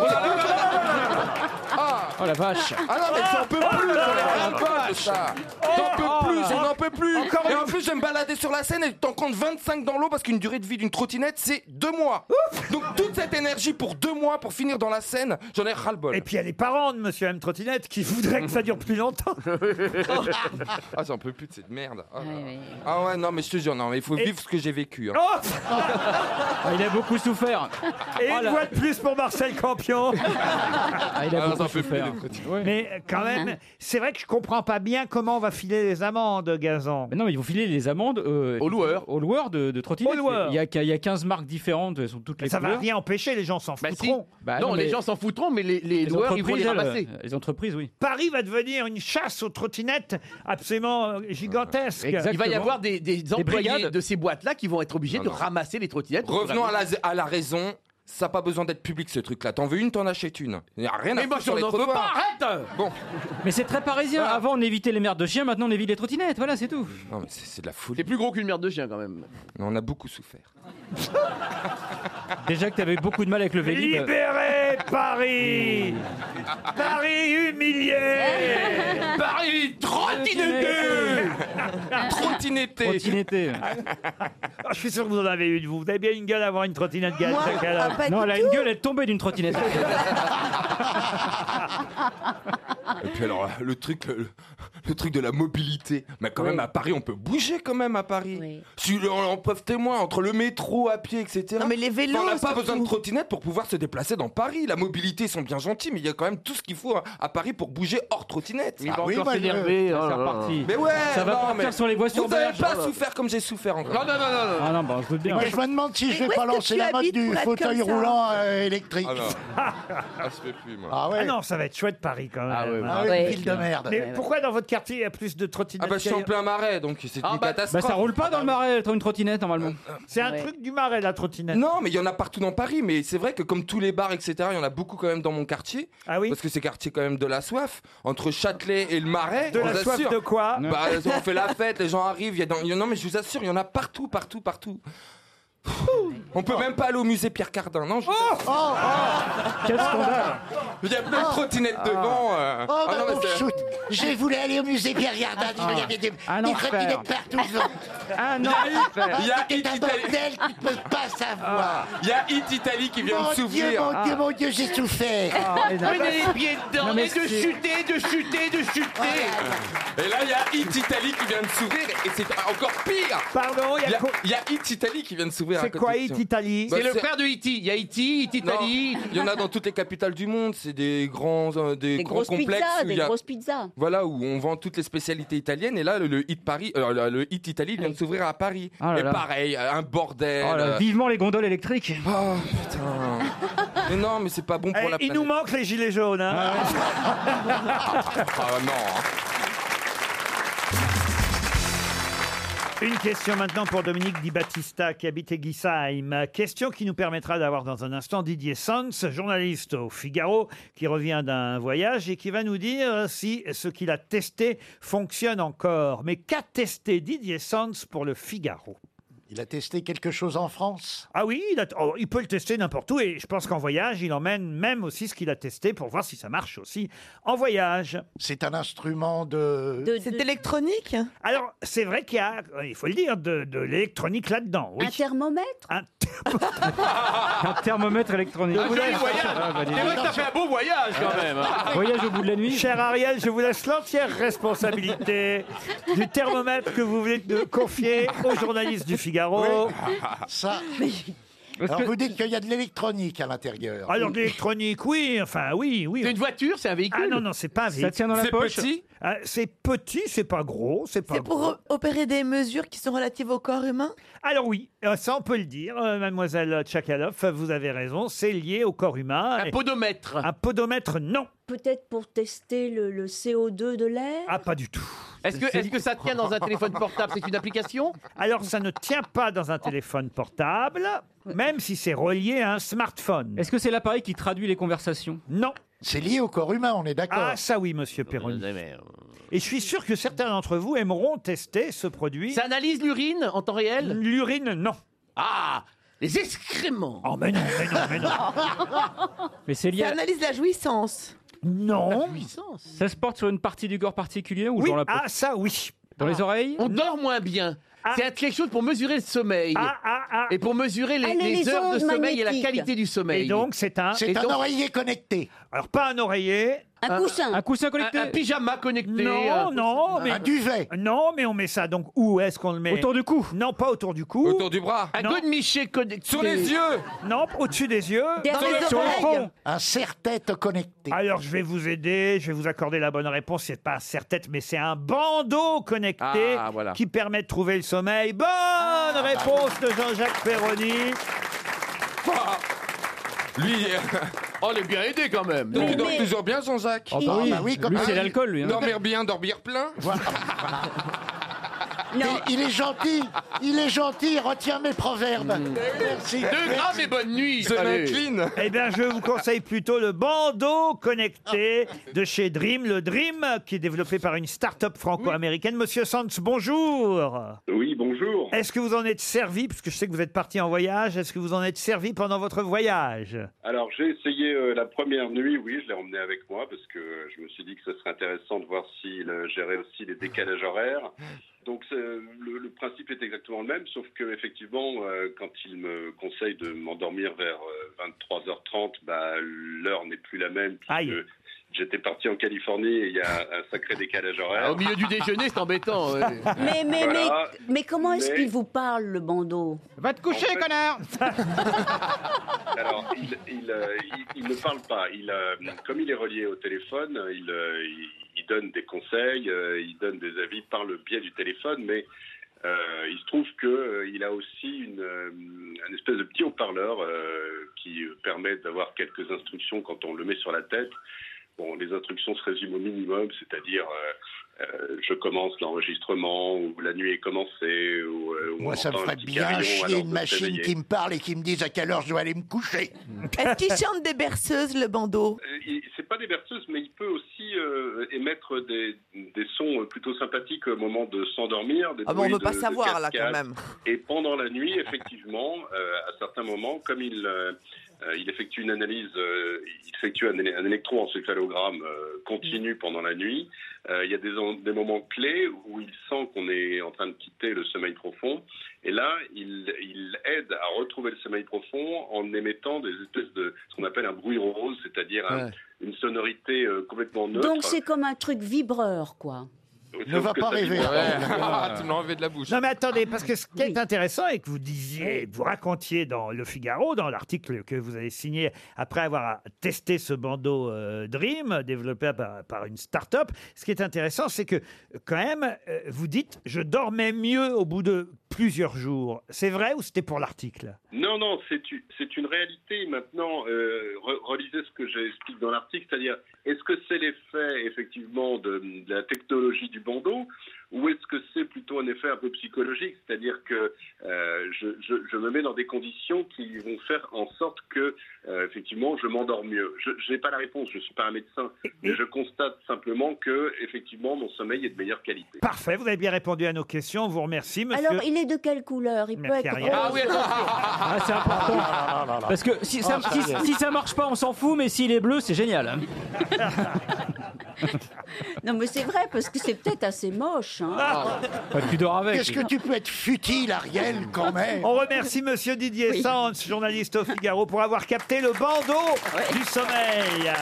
G: Ah.
S: Oh la vache. Oh
G: Ah non, mais j'en peux
E: Oh
G: plus, j'en ai plein de ça. J'en peux plus, j'en peux plus.
E: Ah. Encore
G: et
E: une-
G: en plus, je vais me balader sur la Seine et t'en compte 25 dans l'eau parce qu'une durée de vie d'une trottinette, c'est deux mois. Donc toute cette énergie pour deux mois pour finir dans la Seine, j'en ai ras-le-bol.
E: Et puis il y a les parents de Monsieur M. Trottinette qui voudraient que ça dure
G: [LAUGHS]
E: plus longtemps.
G: ah, j'en peux plus de cette merde. Ah, Ah ouais, non, mais je te jure, non, mais il faut vivre ce que j'ai vécu. hein.
E: Oh
G: Oh
K: Ah,
J: Il a beaucoup souffert.
E: Et
J: Oh
E: une
J: là.
E: voix de plus pour Marcel Campion.
J: Ah, il a
G: Ah,
J: beaucoup
G: j'en peux plus,
J: souffert.
G: les trottinettes.
E: Mais quand même,
J: Mhm.
E: c'est vrai que je comprends pas bien comment on va filer les amendes, Gazan.
J: Mais non, mais ils vont filer les amendes euh, aux loueurs, aux loueurs de, de trottinettes. Il y, a, il y a 15 marques différentes, elles sont toutes les
E: Ça va
J: couleurs.
E: rien empêcher, les gens s'en foutront.
J: Bah
K: non, les gens s'en foutront, mais les, les loueurs, ils vont
J: entreprises,
K: les
J: elles,
K: ramasser.
J: euh, Les entreprises, oui.
E: Paris va devenir une chasse aux trottinettes absolument euh, gigantesque.
K: Il va y avoir des, des employés
E: brigades.
K: de ces boîtes-là qui vont être obligés
G: Non,
K: de
G: non.
K: ramasser les trottinettes.
G: Revenons à la, à la raison. Ça n'a pas besoin d'être public ce truc-là. T'en veux une, t'en achètes une. Il n'y a rien à
K: Mais moi,
G: foutre sur
K: j'en
G: les
K: en veux pas,
G: trottoirs.
K: arrête
G: Bon.
J: Mais c'est très parisien. Avant, on évitait les merdes de chiens, maintenant, on évite les trottinettes. Voilà, c'est tout.
G: Non, mais c'est c'est de la folie.
K: C'est plus gros qu'une merde de chien, quand même.
G: Non, on a beaucoup souffert.
J: Déjà que t'avais beaucoup de mal avec le Vélib. [LAUGHS]
E: Libérez Paris Paris humilié
K: Paris,
G: [LAUGHS] trottinetté Trottinetté
J: Trottinetté.
E: [LAUGHS] Ah, Je suis sûr que vous en avez une, vous. Vous avez bien une gueule à avoir une trottinette Gaël
J: Moi
E: Chacal.
J: Ah, pas Non, du elle a une tout. gueule, elle est tombée d'une
E: [LAUGHS]
J: trottinette.
G: Et puis alors, euh, le truc, le, le truc de la mobilité. Mais quand même, à Paris, on peut bouger quand même à Paris. Si on en preuve témoin, entre le métro, à pied, etc.
M: Non, mais les vélos,
G: On n'a pas
M: surtout.
G: besoin de trottinette pour pouvoir se déplacer dans Paris. La mobilité, ils sont bien gentils, mais il y a quand même tout ce qu'il faut à, à Paris pour bouger hors trottinette. bah,
K: Il va Ah oui, encore moi, je- s'énerver, oh là là.
G: Mais ouais,
J: Ça va
G: non,
J: partir
G: mais
J: sur les voies
G: Vous n'avez
J: sauvages.
G: pas souffert comme j'ai souffert encore.
K: Non, non, non, non.
J: Ah non, bah, je veux bien.
F: Moi, je me demande si
M: Mais
F: je vais
M: où
F: pas
M: est-ce que
F: lancer
M: tu
F: la mode
M: habites
F: du
M: pour être
F: fauteuil
M: comme ça
F: roulant euh, électrique.
G: Ah, je fais plus, moi.
F: Ah ouais.
E: non, ça va être chouette Paris quand même.
F: Ah ouais, Ah ouais, ouais. ville de merde.
E: Mais
F: Ouais, ouais.
E: pourquoi dans votre quartier il y a plus de trottinettes
G: Ah bah, je suis en
E: qu'ailleurs
G: plein marais, donc c'est
J: Ah
G: une
J: bah,
G: catastrophe.
J: bah, ça roule pas dans le marais, une trottinette normalement.
E: C'est un
J: Ouais.
E: truc du marais la trottinette.
G: Non, mais il y en a partout dans Paris. Mais c'est vrai que comme tous les bars, etc., il y en a beaucoup quand même dans mon quartier.
E: Ah
G: Parce que c'est quartier quand même de la soif. Entre Châtelet et le Marais.
E: De
G: on
E: la
G: vous
E: soif
G: assure.
E: de quoi
G: Bah, on fait la fête, les gens arrivent. il Y a dans- il y en- Non, mais je vous assure, il y en a partout, partout, partout. On peut même pas aller au musée Pierre Cardin, non je-
E: Oh,
J: Quel scandale
G: Il y a plein de trottinettes devant. euh.
F: Oh,
G: Ah
F: bah,
G: non, mais
F: bon,
G: c'est-
F: shoot. Je voulais aller au musée Pierre Gardin.
J: Ah.
F: Il y avait des,
J: Un
F: des
J: enfer.
F: trottinettes partout.
J: Ah
G: non,
F: Ah,
G: il y a
F: C'était un
G: Hit Italie.
F: bordel, tu peux pas savoir.
G: Il y a Hit Italy qui vient
F: Mon
G: de
F: Dieu,
G: s'ouvrir.
F: mon
G: Ah.
F: Dieu, mon Dieu, j'ai
J: Eh,
F: souffert.
E: Ah,
J: oh,
K: les pieds dedans, et de chuter, de chuter, de chuter.
G: Et là, il y a Hit Italy qui vient de s'ouvrir et c'est encore pire.
E: Pardon, il y a quoi-
G: il y a Hit Italy qui vient de s'ouvrir. à
E: C'est
G: côté
E: quoi
G: de
E: Hit
G: chez-
E: Italy
G: Bah,
K: C'est le frère de Iti. Il y a Iti, Iti
G: Non,
K: Italie.
G: Il y en a dans toutes les capitales du monde. C'est des grands, euh, des
H: Des
G: grands
H: grosses
G: complexes.
H: pizzas,
G: où il
H: des
G: y a-
H: grosses pizzas.
G: Voilà, où on vend toutes les spécialités italiennes. Et là, le, le hit Paris, euh, le, le hit Italie il vient de s'ouvrir à Paris.
E: Oh
J: Ah là
G: et
J: là.
G: pareil, un bordel.
J: Oh là,
G: euh,
J: vivement les gondoles électriques.
G: putain. mais non, mais c'est pas bon pour
E: Eh,
G: la
E: il
G: planète.
E: nous manque les gilets jaunes. hein.
G: Ah non.
E: Une question maintenant pour Dominique Di Battista qui habite Eguisheim. Question qui nous permettra d'avoir dans un instant Didier Sans, journaliste au Figaro, qui revient d'un voyage et qui va nous dire si ce qu'il a testé fonctionne encore. Mais qu'a testé Didier Sans pour le Figaro
F: Il a testé quelque chose en France
E: Ah oui, il, a- oh, il peut le tester n'importe où et je pense qu'en voyage, il emmène même aussi ce qu'il a testé pour voir si ça marche aussi en voyage.
F: C'est un instrument de...
M: C'est électronique
E: Alors, c'est vrai qu'il y a, il faut le dire, de, de l'électronique là-dedans. Oui.
H: Un thermomètre
E: Un,
K: [LAUGHS]
E: thermomètre électronique. Ah, bah,
K: Un joli voyage. C'est vrai que t'as fait un beau voyage quand même.
E: [LAUGHS]
K: hein.
E: au bout de la nuit. Cher Ariel, je vous laisse l'entière [LAUGHS] responsabilité du thermomètre que vous venez de confier aux journalistes du Figaro.
G: [LAUGHS]
F: Oui. Ça. Alors vous dites qu'il y a de l'électronique à l'intérieur.
E: Alors de l'électronique, oui, enfin oui, oui. C'est une voiture, c'est un véhicule. Ah non non, c'est pas un
F: Ça
E: véhicule.
F: tient dans la C'est poche petit
E: Ah, C'est petit, c'est pas gros, c'est pas.
M: C'est pour
E: gros.
M: o- opérer des mesures qui sont relatives au corps humain
E: Alors oui, euh, ça on peut le dire, euh, mademoiselle Tchakalov, vous avez raison, c'est lié au corps humain. Un podomètre. Un podomètre, non.
H: Peut-être pour tester le, le CO2 de l'air
E: Ah, pas du tout.
K: Est-ce que, est que ça tient dans un téléphone portable C'est une application
E: Alors, ça ne tient pas dans un téléphone portable, même si c'est relié à un smartphone. Est-ce que c'est l'appareil qui traduit les conversations Non.
F: C'est lié au corps humain, on est d'accord.
E: Ah, ça oui, monsieur Perroni. Et je suis sûr que certains d'entre vous aimeront tester ce produit. Ça analyse l'urine en temps réel L'urine, non. Ah Les excréments Oh, mais non, mais non, mais non
J: [LAUGHS] Mais c'est lié.
M: Ça analyse la jouissance.
E: Non.
J: Ça se porte sur une partie du corps particulier ou dans la peau
E: Ah,
K: [LAUGHS]
E: ça, oui. Ah.
J: Dans les oreilles
K: On dort moins bien. C'est quelque chose pour mesurer le sommeil. Et pour mesurer les,
E: Ah, les-
K: les
E: les
K: heures de
E: ondes
K: sommeil et la
E: magnétiques.
K: qualité du sommeil.
E: Et donc, c'est un- C'est
K: Et
E: un
K: donc-
E: oreiller connecté. Alors, pas un oreiller.
K: Un Un- coussin. un coussin connecté. Un- un pyjama connecté, un
E: Non, non.
K: coussin.
E: Mais...
K: Un
E: duvet. Non, mais on met ça donc où est-ce qu'on le met
K: Autour
E: du cou. Non, pas autour du cou.
G: Autour du bras.
K: Un godemichet connecté.
E: Sur les yeux. Non, au-dessus des yeux.
F: Derrière les
E: Sur le
F: oreilles.
E: front.
F: Un serre-tête connecté.
E: Alors, je vais vous aider, je vais vous accorder la bonne réponse. C'est pas un serre-tête, mais c'est un bandeau connecté
K: Ah, voilà. Ah,
E: qui permet de trouver le sommeil. Bonne réponse de Jean-Jacques Perroni.
K: bah. Lui, [LAUGHS] oh, il est bien aidé quand même.
G: euh, Donc tu dors toujours
K: [LAUGHS]
G: bien, Jean-Jacques
E: Oh,
K: Ah bah oui. Lui, c'est l'alcool, lui, hein.
G: Dormir bien, dormir plein.
F: Mais Il est gentil, il est gentil, retiens mes proverbes.
M: Mm.
F: Merci.
K: et bonne nuit.
G: Je m'incline.
E: Eh bien, je vous conseille plutôt le bandeau connecté de chez Dream. Le Dream, qui est développé par une start-up franco-américaine. Monsieur Sands, bonjour.
T: Oui, bonjour.
E: Est-ce que vous en êtes servi, puisque je sais que vous êtes parti en voyage, est-ce que vous en êtes servi pendant votre voyage
T: Alors j'ai essayé euh, la première nuit, oui, je l'ai emmené avec moi parce que euh, je me suis dit que ce serait intéressant de voir s'il euh, gérait aussi les décalages horaires. Donc c'est- euh, le, le principe est exactement le même, sauf que effectivement, euh, quand il me conseille de m'endormir vers euh, 23h30, bah, l'heure n'est plus la même. puisque
K: Aïe.
T: J'étais parti en Californie et il y a un sacré décalage horaire.
K: Ah, Au milieu du
T: [LAUGHS]
K: déjeuner, c'est
G: [LAUGHS]
K: embêtant. ouais.
H: Mais, mais,
T: Voilà.
H: mais, mais comment est-ce
T: Mais-
H: qu'il vous parle, le bandeau
J: Va te
T: coucher, En fait-
J: connard
T: Alors, il, il, euh, il- il ne parle pas. Il, euh, comme il est relié au téléphone, euh, il, euh, il- il donne des conseils, euh, il donne des avis par le biais du téléphone, mais euh, il se trouve qu'il a aussi une, euh, un espèce de petit haut-parleur euh, qui permet d'avoir quelques instructions quand on le met sur la tête. Bon, les instructions se résument au minimum, c'est-à-dire euh, euh, je commence l'enregistrement, ou la nuit est commencée, ou, euh, ou
F: Moi,
T: on
F: ça me
T: entend un
F: ferait
T: petit
F: bien
T: carillon
F: chier
T: alors
F: une
T: de se
F: machine
T: réveiller.
F: qui me parle et qui me dise à quelle heure je dois aller me coucher.
M: Est-ce qu'il chante des berceuses, le bandeau
T: Euh, il- C'est pas des berceuses, mais il peut aussi euh, émettre des, des sons plutôt sympathiques au moment de s'endormir. des
M: Ah, mais on
T: bruits
M: veut pas
T: de- de
M: savoir, là,
T: cascades.
M: quand même.
T: Et pendant la
M: [LAUGHS]
T: nuit, effectivement, euh, à certains moments, comme il, euh, euh, il effectue une analyse, euh, il effectue un, éle- un électroencéphalogramme euh,
M: Mm.
T: continu pendant la nuit, euh, il y a des, en- des moments clés où il sent qu'on est en train de quitter le sommeil profond. Et là, il, il aide à retrouver le sommeil profond en émettant des espèces de ce qu'on appelle un bruit rose, c'est-à-dire un-
H: Ouais.
T: une sonorité euh, complètement neutre.
H: Donc c'est comme un truc vibreur, quoi.
F: Ne va pas rêver. hein, [LAUGHS]
G: Ah, tu me l'as enlevé de la bouche.
E: Non mais attendez, parce que ce qui est intéressant et que vous disiez, vous racontiez dans Le Figaro, dans l'article que vous avez signé après avoir testé ce bandeau euh, Dream développé par, par une start-up, ce qui est intéressant, c'est que quand même, euh, vous dites, je dormais mieux au bout de plusieurs jours. C'est vrai ou c'était pour l'article
T: Non, non, c'est u- c'est une réalité. Maintenant, euh, re- relisez ce que j'explique dans l'article, c'est-à-dire est-ce que c'est l'effet effectivement de, de la technologie du bandeau ou est-ce que c'est plutôt un effet un peu psychologique, c'est-à-dire que euh, je, je- je me mets dans des conditions qui vont faire en sorte que euh, effectivement je m'endors mieux. Je n'ai pas la réponse, je ne suis pas un médecin, mais je constate simplement que effectivement mon sommeil est de meilleure qualité.
E: Parfait, vous avez bien répondu à nos questions, on vous remercie monsieur.
H: Alors, il est de quelle couleur Il
E: Merci,
H: peut être
E: Ariel.
H: rose.
E: Ah oui,
S: Ah, c'est important. Parce que si ça,
H: Ah,
S: si-
H: ça y est.
S: si ça marche pas, on s'en fout, mais s'il est bleu, c'est génial.
H: Non, mais c'est vrai, parce que c'est peut-être assez moche. hein.
J: Ah,
S: Bah, tu dors avec.
F: Qu'est-ce que tu peux être futile, Ariel, quand même
E: On remercie Monsieur Didier Sands, journaliste au Figaro, pour avoir capté le bandeau du sommeil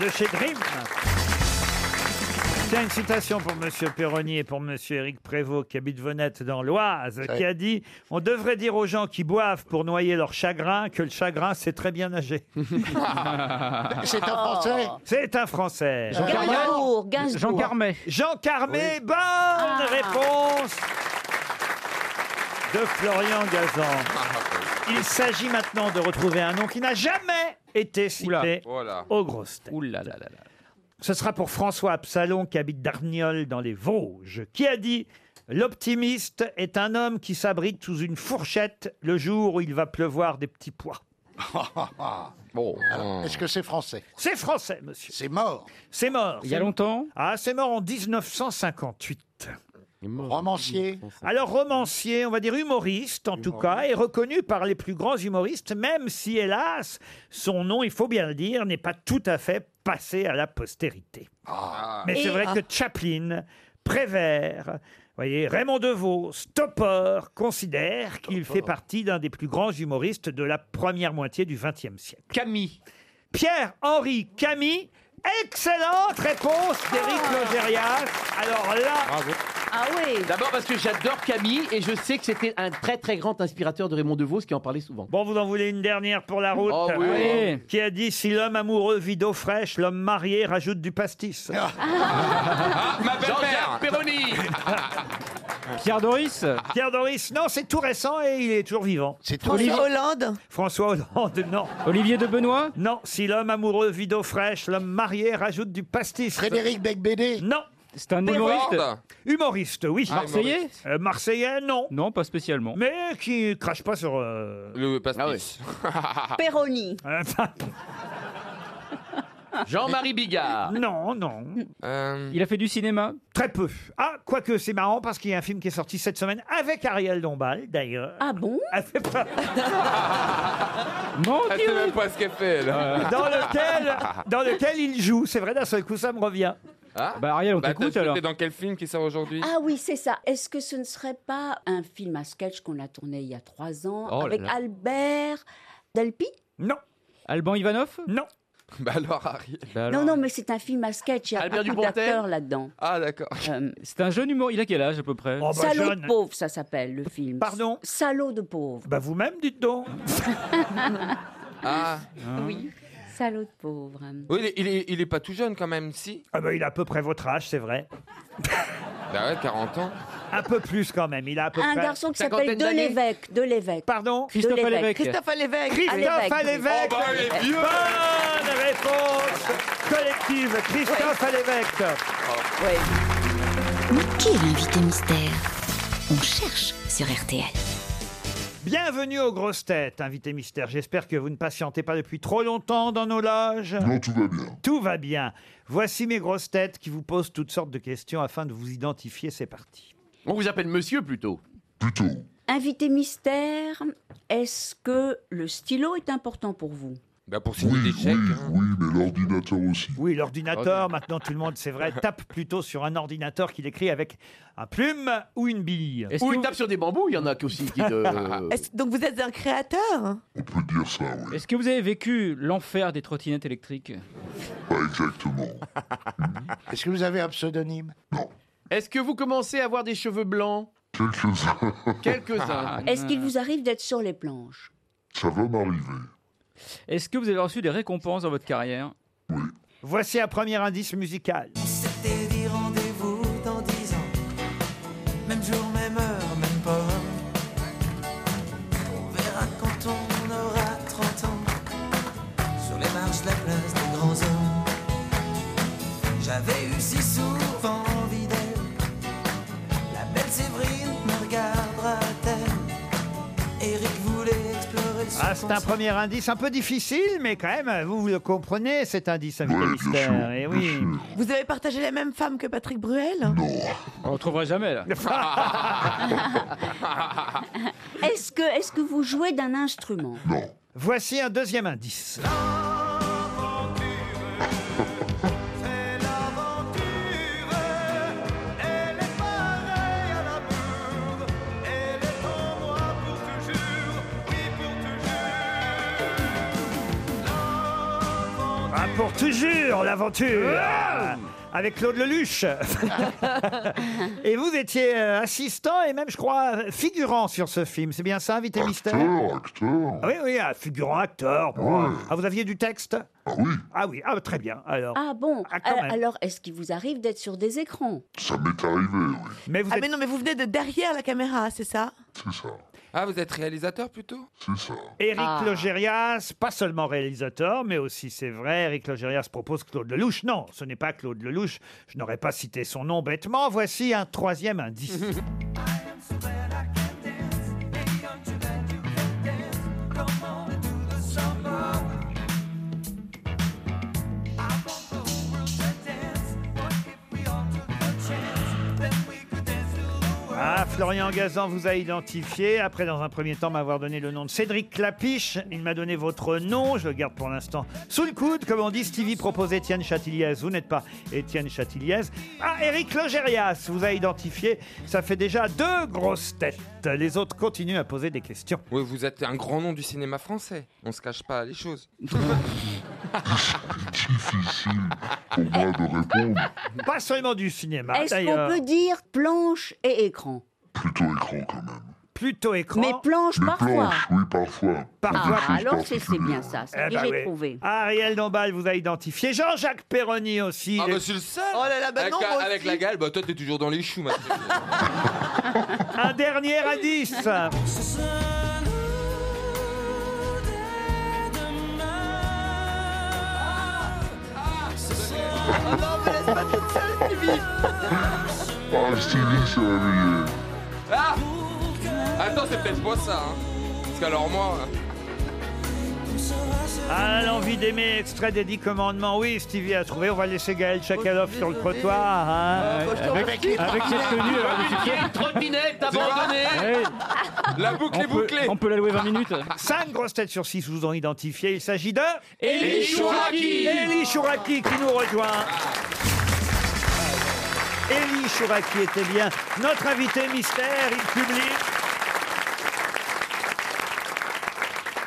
E: de chez Dream. Tiens, une citation pour Monsieur Perroni et pour Monsieur Éric Prévost, qui habite Venette dans l'Oise, qui a dit « On devrait dire aux gens qui boivent pour noyer leur chagrin que le chagrin sait très
F: [LAUGHS]
E: bien nager.
F: C'est un
E: Ah.
F: Français
E: Oh. C'est un Français.
H: Jean Gainsbourg, Carmet Gainsbourg. Jean Ah. Carmet.
E: Jean Carmet, bonne réponse de Florian Gazan. Il s'agit maintenant de retrouver un nom qui n'a jamais été cité aux grosses têtes. Ce sera pour François Absalon, qui habite Darniol dans les Vosges, qui a dit L'optimiste est un homme qui s'abrite sous une fourchette le jour où il va pleuvoir des petits pois.
F: bon.
E: hein.
F: Est-ce que c'est français
E: C'est français, monsieur.
F: C'est mort.
E: C'est mort.
F: Il y a
E: C'est-
F: longtemps
E: Ah, c'est mort en 1958.
F: Romancier
E: Alors, romancier, on va dire humoriste en tout cas, est reconnu par les plus grands humoristes, même si, hélas, son nom, il faut bien le dire, n'est pas tout à fait passé à la postérité.
F: Ah.
E: Mais c'est
K: Et-
E: vrai que
K: Ah.
E: Chaplin, Prévert, voyez, Raymond Devaux, Stopper considèrent qu'il fait partie d'un des plus grands humoristes de la première moitié du XXe siècle. Camille. Pierre-Henri Camille. Excellente réponse d'Éric Logérias. Alors là,
K: Ah oui D'abord parce que j'adore Camille et je sais que c'était un très très grand inspirateur de Raymond DeVos qui en parlait souvent.
E: Bon, vous en voulez une dernière pour la route
K: Oh oui. Allez.
E: Qui a dit si l'homme amoureux vit d'eau fraîche, l'homme marié rajoute du
K: [LAUGHS]
E: pastis.
G: Ah. Ma belle-mère Péroni
E: Pierre Doris Pierre Doris, non, c'est tout récent et il est toujours vivant. C'est
M: François Olivier- Hollande
E: François Hollande, non. Olivier de Benoît Non, si l'homme amoureux vit d'eau fraîche, l'homme marié rajoute du pastis.
F: Frédéric
E: Becbédé Non. C'est un
F: humoriste
E: Humoriste, oui.
J: Ah, Marseillais humoriste.
E: Euh, Marseillais, non.
J: Non, pas spécialement.
E: Mais qui crache pas sur... euh, Ah Hein,
G: Le pastis. [LAUGHS]
J: ah.
H: Péroni.
K: Jean-Marie Bigard.
E: Non, non.
J: Il a fait du cinéma
E: Très peu. Ah, quoique c'est marrant parce qu'il y a un film qui est sorti cette semaine avec Ariel Dombal, d'ailleurs.
H: Ah bon
E: Mon
G: Elle sait Ah, même pas ce qu'elle fait, elle.
E: [LAUGHS]
G: [LAUGHS]
E: dans, lequel, dans lequel il joue. C'est vrai, d'un seul coup, ça me revient.
G: Ah
J: Bah Ariel, on
G: Bah,
J: t'écoute
G: t'as-
J: alors.
G: T'es dans quel film qui sort aujourd'hui
H: Ah oui, c'est ça. Est-ce que ce ne serait pas un film à sketch qu'on a tourné il y a trois ans
J: Oh là
H: avec
J: là.
H: Albert Delpi
E: Non.
J: Alban Ivanov
E: Non.
G: Bah alors Ariel.
H: Non, non, mais c'est un film à sketch. Il y a
J: Albert
H: beaucoup
J: Dupontel
H: d'acteurs Ah, là-dedans. Euh,
G: Ah d'accord.
J: C'est un jeune humoriste. Il a quel âge à peu près
E: Oh, bah,
H: Salaud de pauvre, ça s'appelle le film. Pardon Salaud de pauvre.
E: Bah vous-même, dites donc. Bah,
G: Ah.
H: [LAUGHS] Oui.
E: hein.
H: Salaud de pauvre.
G: Oui, il est, il, est, il est pas tout jeune quand même, si
E: Ah bah, il a à peu près votre âge, c'est vrai.
G: [LAUGHS] Bah ouais, 40 ans.
E: Un peu plus quand même. Il a à peu
H: Un
E: près-
H: garçon qui s'appelle De l'évêque. De l'évêque.
E: Pardon
H: Christophe De l'évêque. Alévèque.
M: Christophe Alévêque.
E: Christophe Alévêque.
J: Oh,
U: Oh,
J: bah,
U: ben,
E: Bonne réponse collective. Christophe Alévêque.
D: Mais qui est l'invité mystère On cherche sur RTL.
E: Bienvenue aux grosses têtes, invité mystère. J'espère que vous ne patientez pas depuis trop longtemps dans nos loges.
U: Non, tout va bien.
E: Tout va bien. Voici mes grosses têtes qui vous posent toutes sortes de questions afin de vous identifier. C'est parti.
K: On vous appelle monsieur plutôt.
H: Invité mystère, est-ce que le stylo est important pour vous
G: Bah pour signer des chèques. hein.
U: Oui, mais l'ordinateur aussi.
E: Oui,
J: Oh,
E: l'ordinateur, maintenant tout le monde, c'est vrai, tape plutôt sur un ordinateur qu'il écrit avec un plume ou une bille.
K: Ou il tape sur des bambous, il y en a aussi qui.
G: Euh.
J: [LAUGHS]
E: de-
M: Est-ce- Donc vous êtes un créateur
J: Est-ce que vous avez vécu l'enfer des trottinettes électriques
U: Pas exactement.
F: [LAUGHS] Est-ce que vous avez un pseudonyme
K: Est-ce que vous commencez à avoir des cheveux blancs
U: Quelques-uns.
A: Ah,
K: Quelques-uns.
H: Est-ce qu'il vous arrive d'être sur les planches
U: Ça va m'arriver.
J: Est-ce que vous avez reçu des récompenses dans votre carrière
E: Voici un premier indice musical.
V: C'était dit rendez-vous dans dix ans. Même jour, même heure, même pas. On verra quand on aura 30 ans. Sur les marches de la place des grands hommes. J'avais eu si souvent envie d'elle. La belle Séverine me regardera-t-elle. Eric voulait explorer le
E: Ah, c'est un premier indice un peu difficile, mais quand même, vous, vous le comprenez cet indice, invité mystère. Et oui.
M: Vous avez partagé la même femme que Patrick Bruel
J: On ne trouvera jamais [LAUGHS] là.
H: Est-ce que, est que vous jouez d'un instrument
E: Voici un deuxième indice. Ah, pour toujours l'aventure Avec Claude Leluche Et vous étiez euh, assistant et même, je crois, figurant sur ce film. C'est bien ça, Invité Mystère
U: Acteur, acteur.
E: Ah oui, oui, ah, figurant, acteur. bon. Ah, vous aviez du texte Ah oui. Ah oui, ah, très bien. Alors,
H: Ah bon
E: quand
H: Euh,
E: même.
H: Alors, est-ce qu'il vous arrive d'être sur des écrans
U: Ça m'est arrivé, oui.
E: Mais vous
M: ah mais non, mais vous venez de derrière la caméra, c'est ça
U: C'est ça.
G: Ah, vous êtes réalisateur plutôt
U: C'est ça.
E: Éric
M: Ah.
E: Logérias, pas seulement réalisateur, mais aussi, c'est vrai, Éric Logérias propose Claude Lelouch. Non, ce n'est pas Claude Lelouch. Je n'aurais pas cité son nom bêtement. Voici un troisième indice. Ah, Florian Gazan vous a identifié. Après, dans un premier temps, m'avoir donné le nom de Cédric Clapiche. Il m'a donné votre nom. Je le garde pour l'instant sous le coude. Comme on dit, Stevie propose Étienne Chatiliez. Vous n'êtes pas Étienne Chatiliez. Ah, Eric Logérias vous a identifié. Ça fait déjà deux grosses têtes. Euh, Les autres continuent à poser des questions.
G: Oui, vous êtes un grand nom du cinéma français. On se cache pas les choses.
U: Difficile pour moi de répondre.
E: Pas seulement du cinéma,
H: Est-ce qu'on
E: d'ailleurs.
H: peut dire planche et écran
U: Plutôt écran quand même.
E: Plutôt écran.
H: Mais planche
U: Mais
H: parfois.
U: planche, oui, parfois.
H: Ah,
I: [LAUGHS]
U: Pour des choses
H: alors c'est c'est bien ça,
E: Eh
H: c'est ce que
E: ben
H: j'ai
E: oui.
H: trouvé.
E: Ariel Dombal vous a identifié. Jean-Jacques Perroni aussi.
G: Ah,
E: Il est-
G: bah, c'est le seul
M: Oh là là, bah
G: Avec,
M: non,
G: la,
M: moi
G: avec
M: aussi.
G: la gale, bah toi, t'es toujours dans les choux, ma chérie.
E: Un dernier
M: [LAUGHS]
E: indice.
V: Ah non, mais laisse pas toute seule, Stevie
U: Ah, Stevie s'est réveillé.
G: Ah Attends, c'est peut-être pas ça. hein. Parce qu'alors, moi.
E: Ah, l'envie d'aimer, extrait des 10 commandements. Oui, Stevie a trouvé. On va laisser
M: Oh,
E: Gaël Chakalov sur le trottoir. hein.
M: bah,
J: Avec, avec cette tenue, alors,
E: Avec
J: monsieur Pierre.
K: Ah, Trottinette
J: Tu vois
A: [LAUGHS]
K: abandonnée
G: La boucle
J: on
G: est
J: peut-
G: bouclée
J: On peut la louer 20 minutes.
E: Cinq grosses têtes sur six vous ont identifié. Il s'agit de.
J: Élie Chouraki.
E: Élie Chouraki qui nous rejoint Élie Chouraki était bien notre invité mystère. Il publie.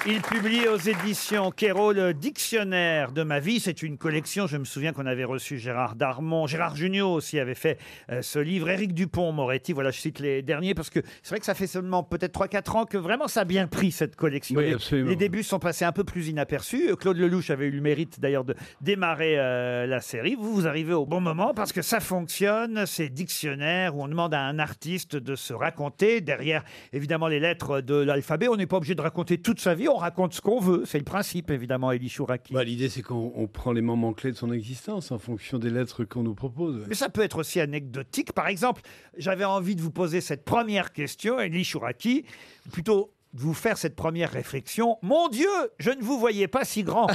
E: Il publie aux éditions Kéro le dictionnaire de ma vie. C'est une collection. Je me souviens qu'on avait reçu Gérard Darmon. Gérard Junior aussi avait fait euh, ce livre. Éric Dupont-Moretti. Voilà, je cite les derniers parce que c'est vrai que ça fait seulement peut-être 3-4 ans que vraiment ça a bien pris cette collection.
S: Oui,
E: Les-
S: absolument.
E: les débuts sont passés un peu plus inaperçus. Euh, Claude Lelouch avait eu le mérite d'ailleurs de démarrer euh, la série. Vous, vous arrivez au bon moment parce que ça fonctionne. Ces dictionnaires où on demande à un artiste de se raconter derrière, évidemment, les lettres de l'alphabet. On n'est pas obligé de raconter toute sa vie. On raconte ce qu'on veut. C'est le principe, évidemment, Elie Chouraki.
W: Bah, L'idée, c'est qu'on on prend les moments clés de son existence en fonction des lettres qu'on nous propose.
E: Mais ça peut être aussi anecdotique. Par exemple, j'avais envie de vous poser cette première question, Elie Chouraki, plutôt de vous
A: [LAUGHS]
E: faire cette première réflexion. Mon Dieu, je ne vous voyais pas si grand.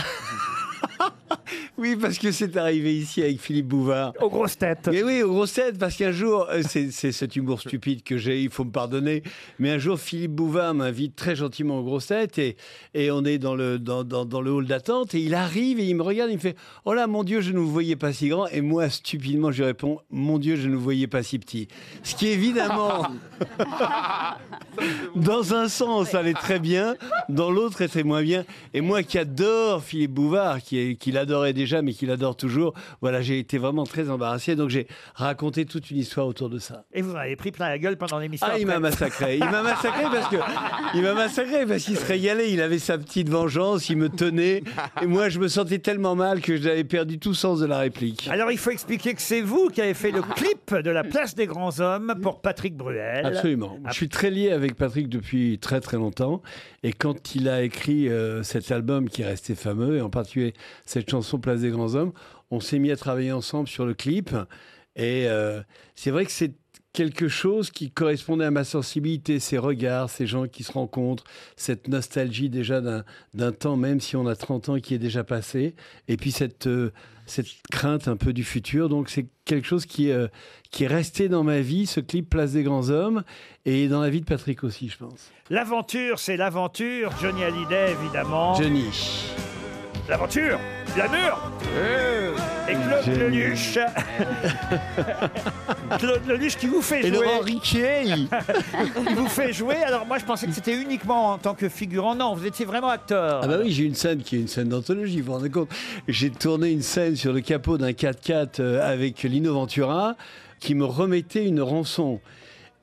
A: Oui, parce que c'est arrivé ici avec Philippe Bouvard.
E: Aux grosses têtes.
A: Et oui, aux grosses têtes, parce qu'un jour, euh, c'est c'est cet humour stupide que j'ai, il faut me pardonner, mais un jour, Philippe Bouvard m'invite très gentiment aux grosses têtes et, et on est dans le, dans, dans- dans le hall d'attente et il arrive et il me regarde, il me fait Oh là, mon Dieu, je ne vous voyais pas si grand. Et moi, stupidement, je lui réponds Mon Dieu, je ne vous voyais pas si petit. Ce qui,
E: [LAUGHS]
A: évidemment, dans un sens, allait très bien, dans l'autre, elle était moins bien. Et moi qui adore Philippe Bouvard, qui, est- qui l'adorait déjà, mais qui l'adore toujours, voilà, j'ai été vraiment très embarrassé. Donc j'ai raconté toute une histoire autour de ça.
E: Et vous en avez pris plein la gueule pendant l'émission.
A: Ah, il
E: après.
A: m'a massacré. Il m'a massacré parce que il m'a massacré parce qu'il se régalait. Il avait sa petite vengeance. Il me tenait. Et moi, je me sentais tellement mal que j'avais perdu tout sens de la réplique.
E: Alors il faut expliquer que c'est vous qui avez fait le clip de la place des grands hommes pour Patrick Bruel. Ah,
A: Absolument. Je suis très lié avec Patrick depuis très très longtemps. Et quand il a écrit euh, cet album qui est resté fameux, et en particulier cette chanson Place des Grands Hommes, on s'est mis à travailler ensemble sur le clip. Et euh, c'est vrai que c'est quelque chose qui correspondait à ma sensibilité, ces regards, ces gens qui se rencontrent, cette nostalgie déjà d'un- d'un temps, même si on a 30 ans qui est déjà passé, et puis cette, euh, cette crainte un peu du futur. Donc c'est quelque chose qui, euh, qui est resté dans ma vie, ce clip Place des grands hommes, et dans la vie de Patrick aussi, je pense.
E: L'aventure, c'est l'aventure. Johnny Hallyday, évidemment.
A: Johnny.
E: L'aventure, l'amour. Et Claude
A: Johnny. [LAUGHS]
E: Lelouch. Claude Lelouch qui vous fait jouer.
A: Et Laurent Riquier.
E: [LAUGHS] qui vous fait jouer. Alors moi, je pensais que c'était uniquement en tant que figurant. Non, vous étiez vraiment acteur.
A: Ah bah oui, j'ai une scène qui est une scène d'anthologie, vous vous rendez compte J'ai tourné une scène sur le capot d'un 4x4 euh, avec Lino Ventura qui me remettait une rançon.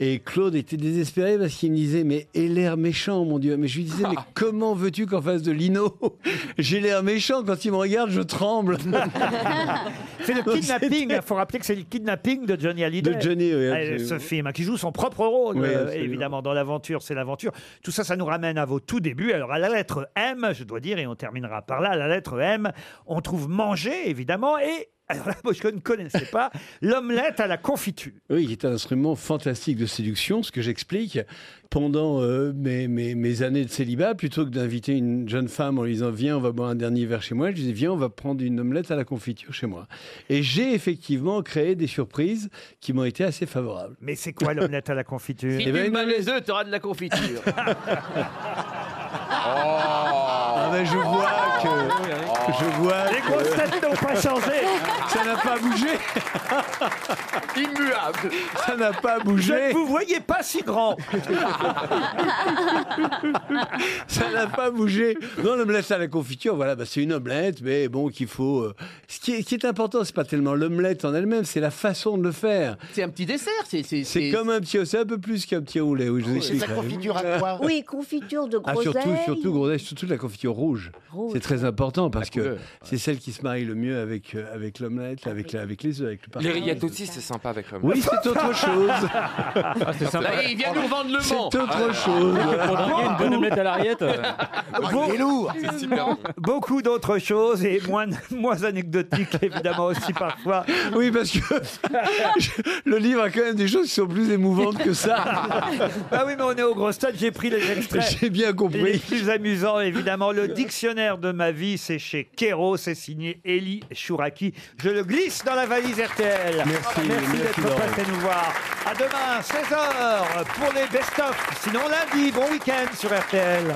A: Et Claude était désespéré parce qu'il me disait mais aie l'air méchant mon Dieu mais je lui
E: [LAUGHS]
A: disais mais comment veux-tu qu'en face de Lino [LAUGHS] j'ai l'air méchant quand il me regarde je tremble
E: [LAUGHS] C'est le kidnapping. Il faut rappeler que c'est le kidnapping de Johnny Hallyday.
A: De Johnny, oui,
E: Euh,
A: absolument.
E: Ce film, hein, qui joue son propre rôle,
A: Oui,
E: euh,
A: absolument.
E: évidemment, dans l'aventure, c'est l'aventure. Tout ça, ça nous ramène à vos tout débuts. Alors, à la lettre M, je dois dire, et on terminera par là, à la lettre M, on trouve manger, évidemment, et. Alors là, moi, je ne connaissais pas l'omelette à la confiture.
A: Oui, qui est un instrument fantastique de séduction, ce que j'explique. Pendant euh, mes, mes- mes années de célibat, plutôt que d'inviter une jeune femme en lui disant Viens, on va boire un dernier verre chez moi, je disais Viens, on va prendre une omelette à la confiture chez moi. Et j'ai effectivement créé des surprises qui m'ont été assez favorables.
E: Mais c'est quoi l'omelette à la confiture
K: Si
A: Eh
K: tu
A: ben,
K: me
A: une
K: bats les œufs, t'auras de
A: [LAUGHS]
K: la confiture.
A: Ah ben, je vois que. Je vois.
K: Les
A: que-
K: grosses têtes n'ont pas changé.
A: Ça n'a pas bougé
K: Immuable.
A: Ça n'a pas bougé
E: Je ne vous voyez pas si grand
I: [LAUGHS]
A: Ça
G: [LAUGHS]
A: n'a pas bougé. Non, l'omelette à la confiture, voilà, bah, c'est une omelette, mais bon, qu'il faut. euh, Ce, qui est, ce qui est important, c'est pas tellement l'omelette en elle-même, c'est la façon de le faire.
K: C'est un petit dessert. C'est c'est-
A: C'est
K: c'est-
A: comme un petit, c'est un peu plus qu'un petit roulé. Oui, je vous explique.
H: Oui, confiture de
A: Ah,
H: groseille.
A: surtout, surtout, groseille, surtout de la confiture rouge.
H: Rouge.
A: C'est très important parce que
G: couleur.
A: c'est celle qui se marie le mieux avec, euh, avec l'omelette, avec, la- avec les œufs, avec le
G: Les
A: parfum.
G: rillettes aussi, c'est sympa avec l'homme.
A: Oui, c'est [LAUGHS]
K: [LAUGHS]
A: autre chose.
G: Ah, c'est sympa.
K: Là, Bah, il vient nous vendre le
A: C'est
K: Mans.
E: Ah,
A: autre chose.
K: Pour draguer une bonne omelette à l'ariette.
E: Beau- Beaucoup d'autres choses et moins, moins anecdotiques, évidemment, aussi parfois.
A: Oui, parce que [LAUGHS] le livre a quand même des choses qui sont plus émouvantes que ça.
E: Ah oui, mais on est au gros stade, j'ai pris les extraits.
A: J'ai bien compris.
E: Les plus amusants, évidemment. Le dictionnaire de ma vie, c'est chez Kero, c'est signé Eli Chouraki. Je le glisse dans la valise RTL.
A: Merci,
E: merci
A: merci,
E: d'être
A: Laurent.
E: passé nous voir. À demain, 16h, pour les best-of. Sinon, lundi, bon week-end sur RTL.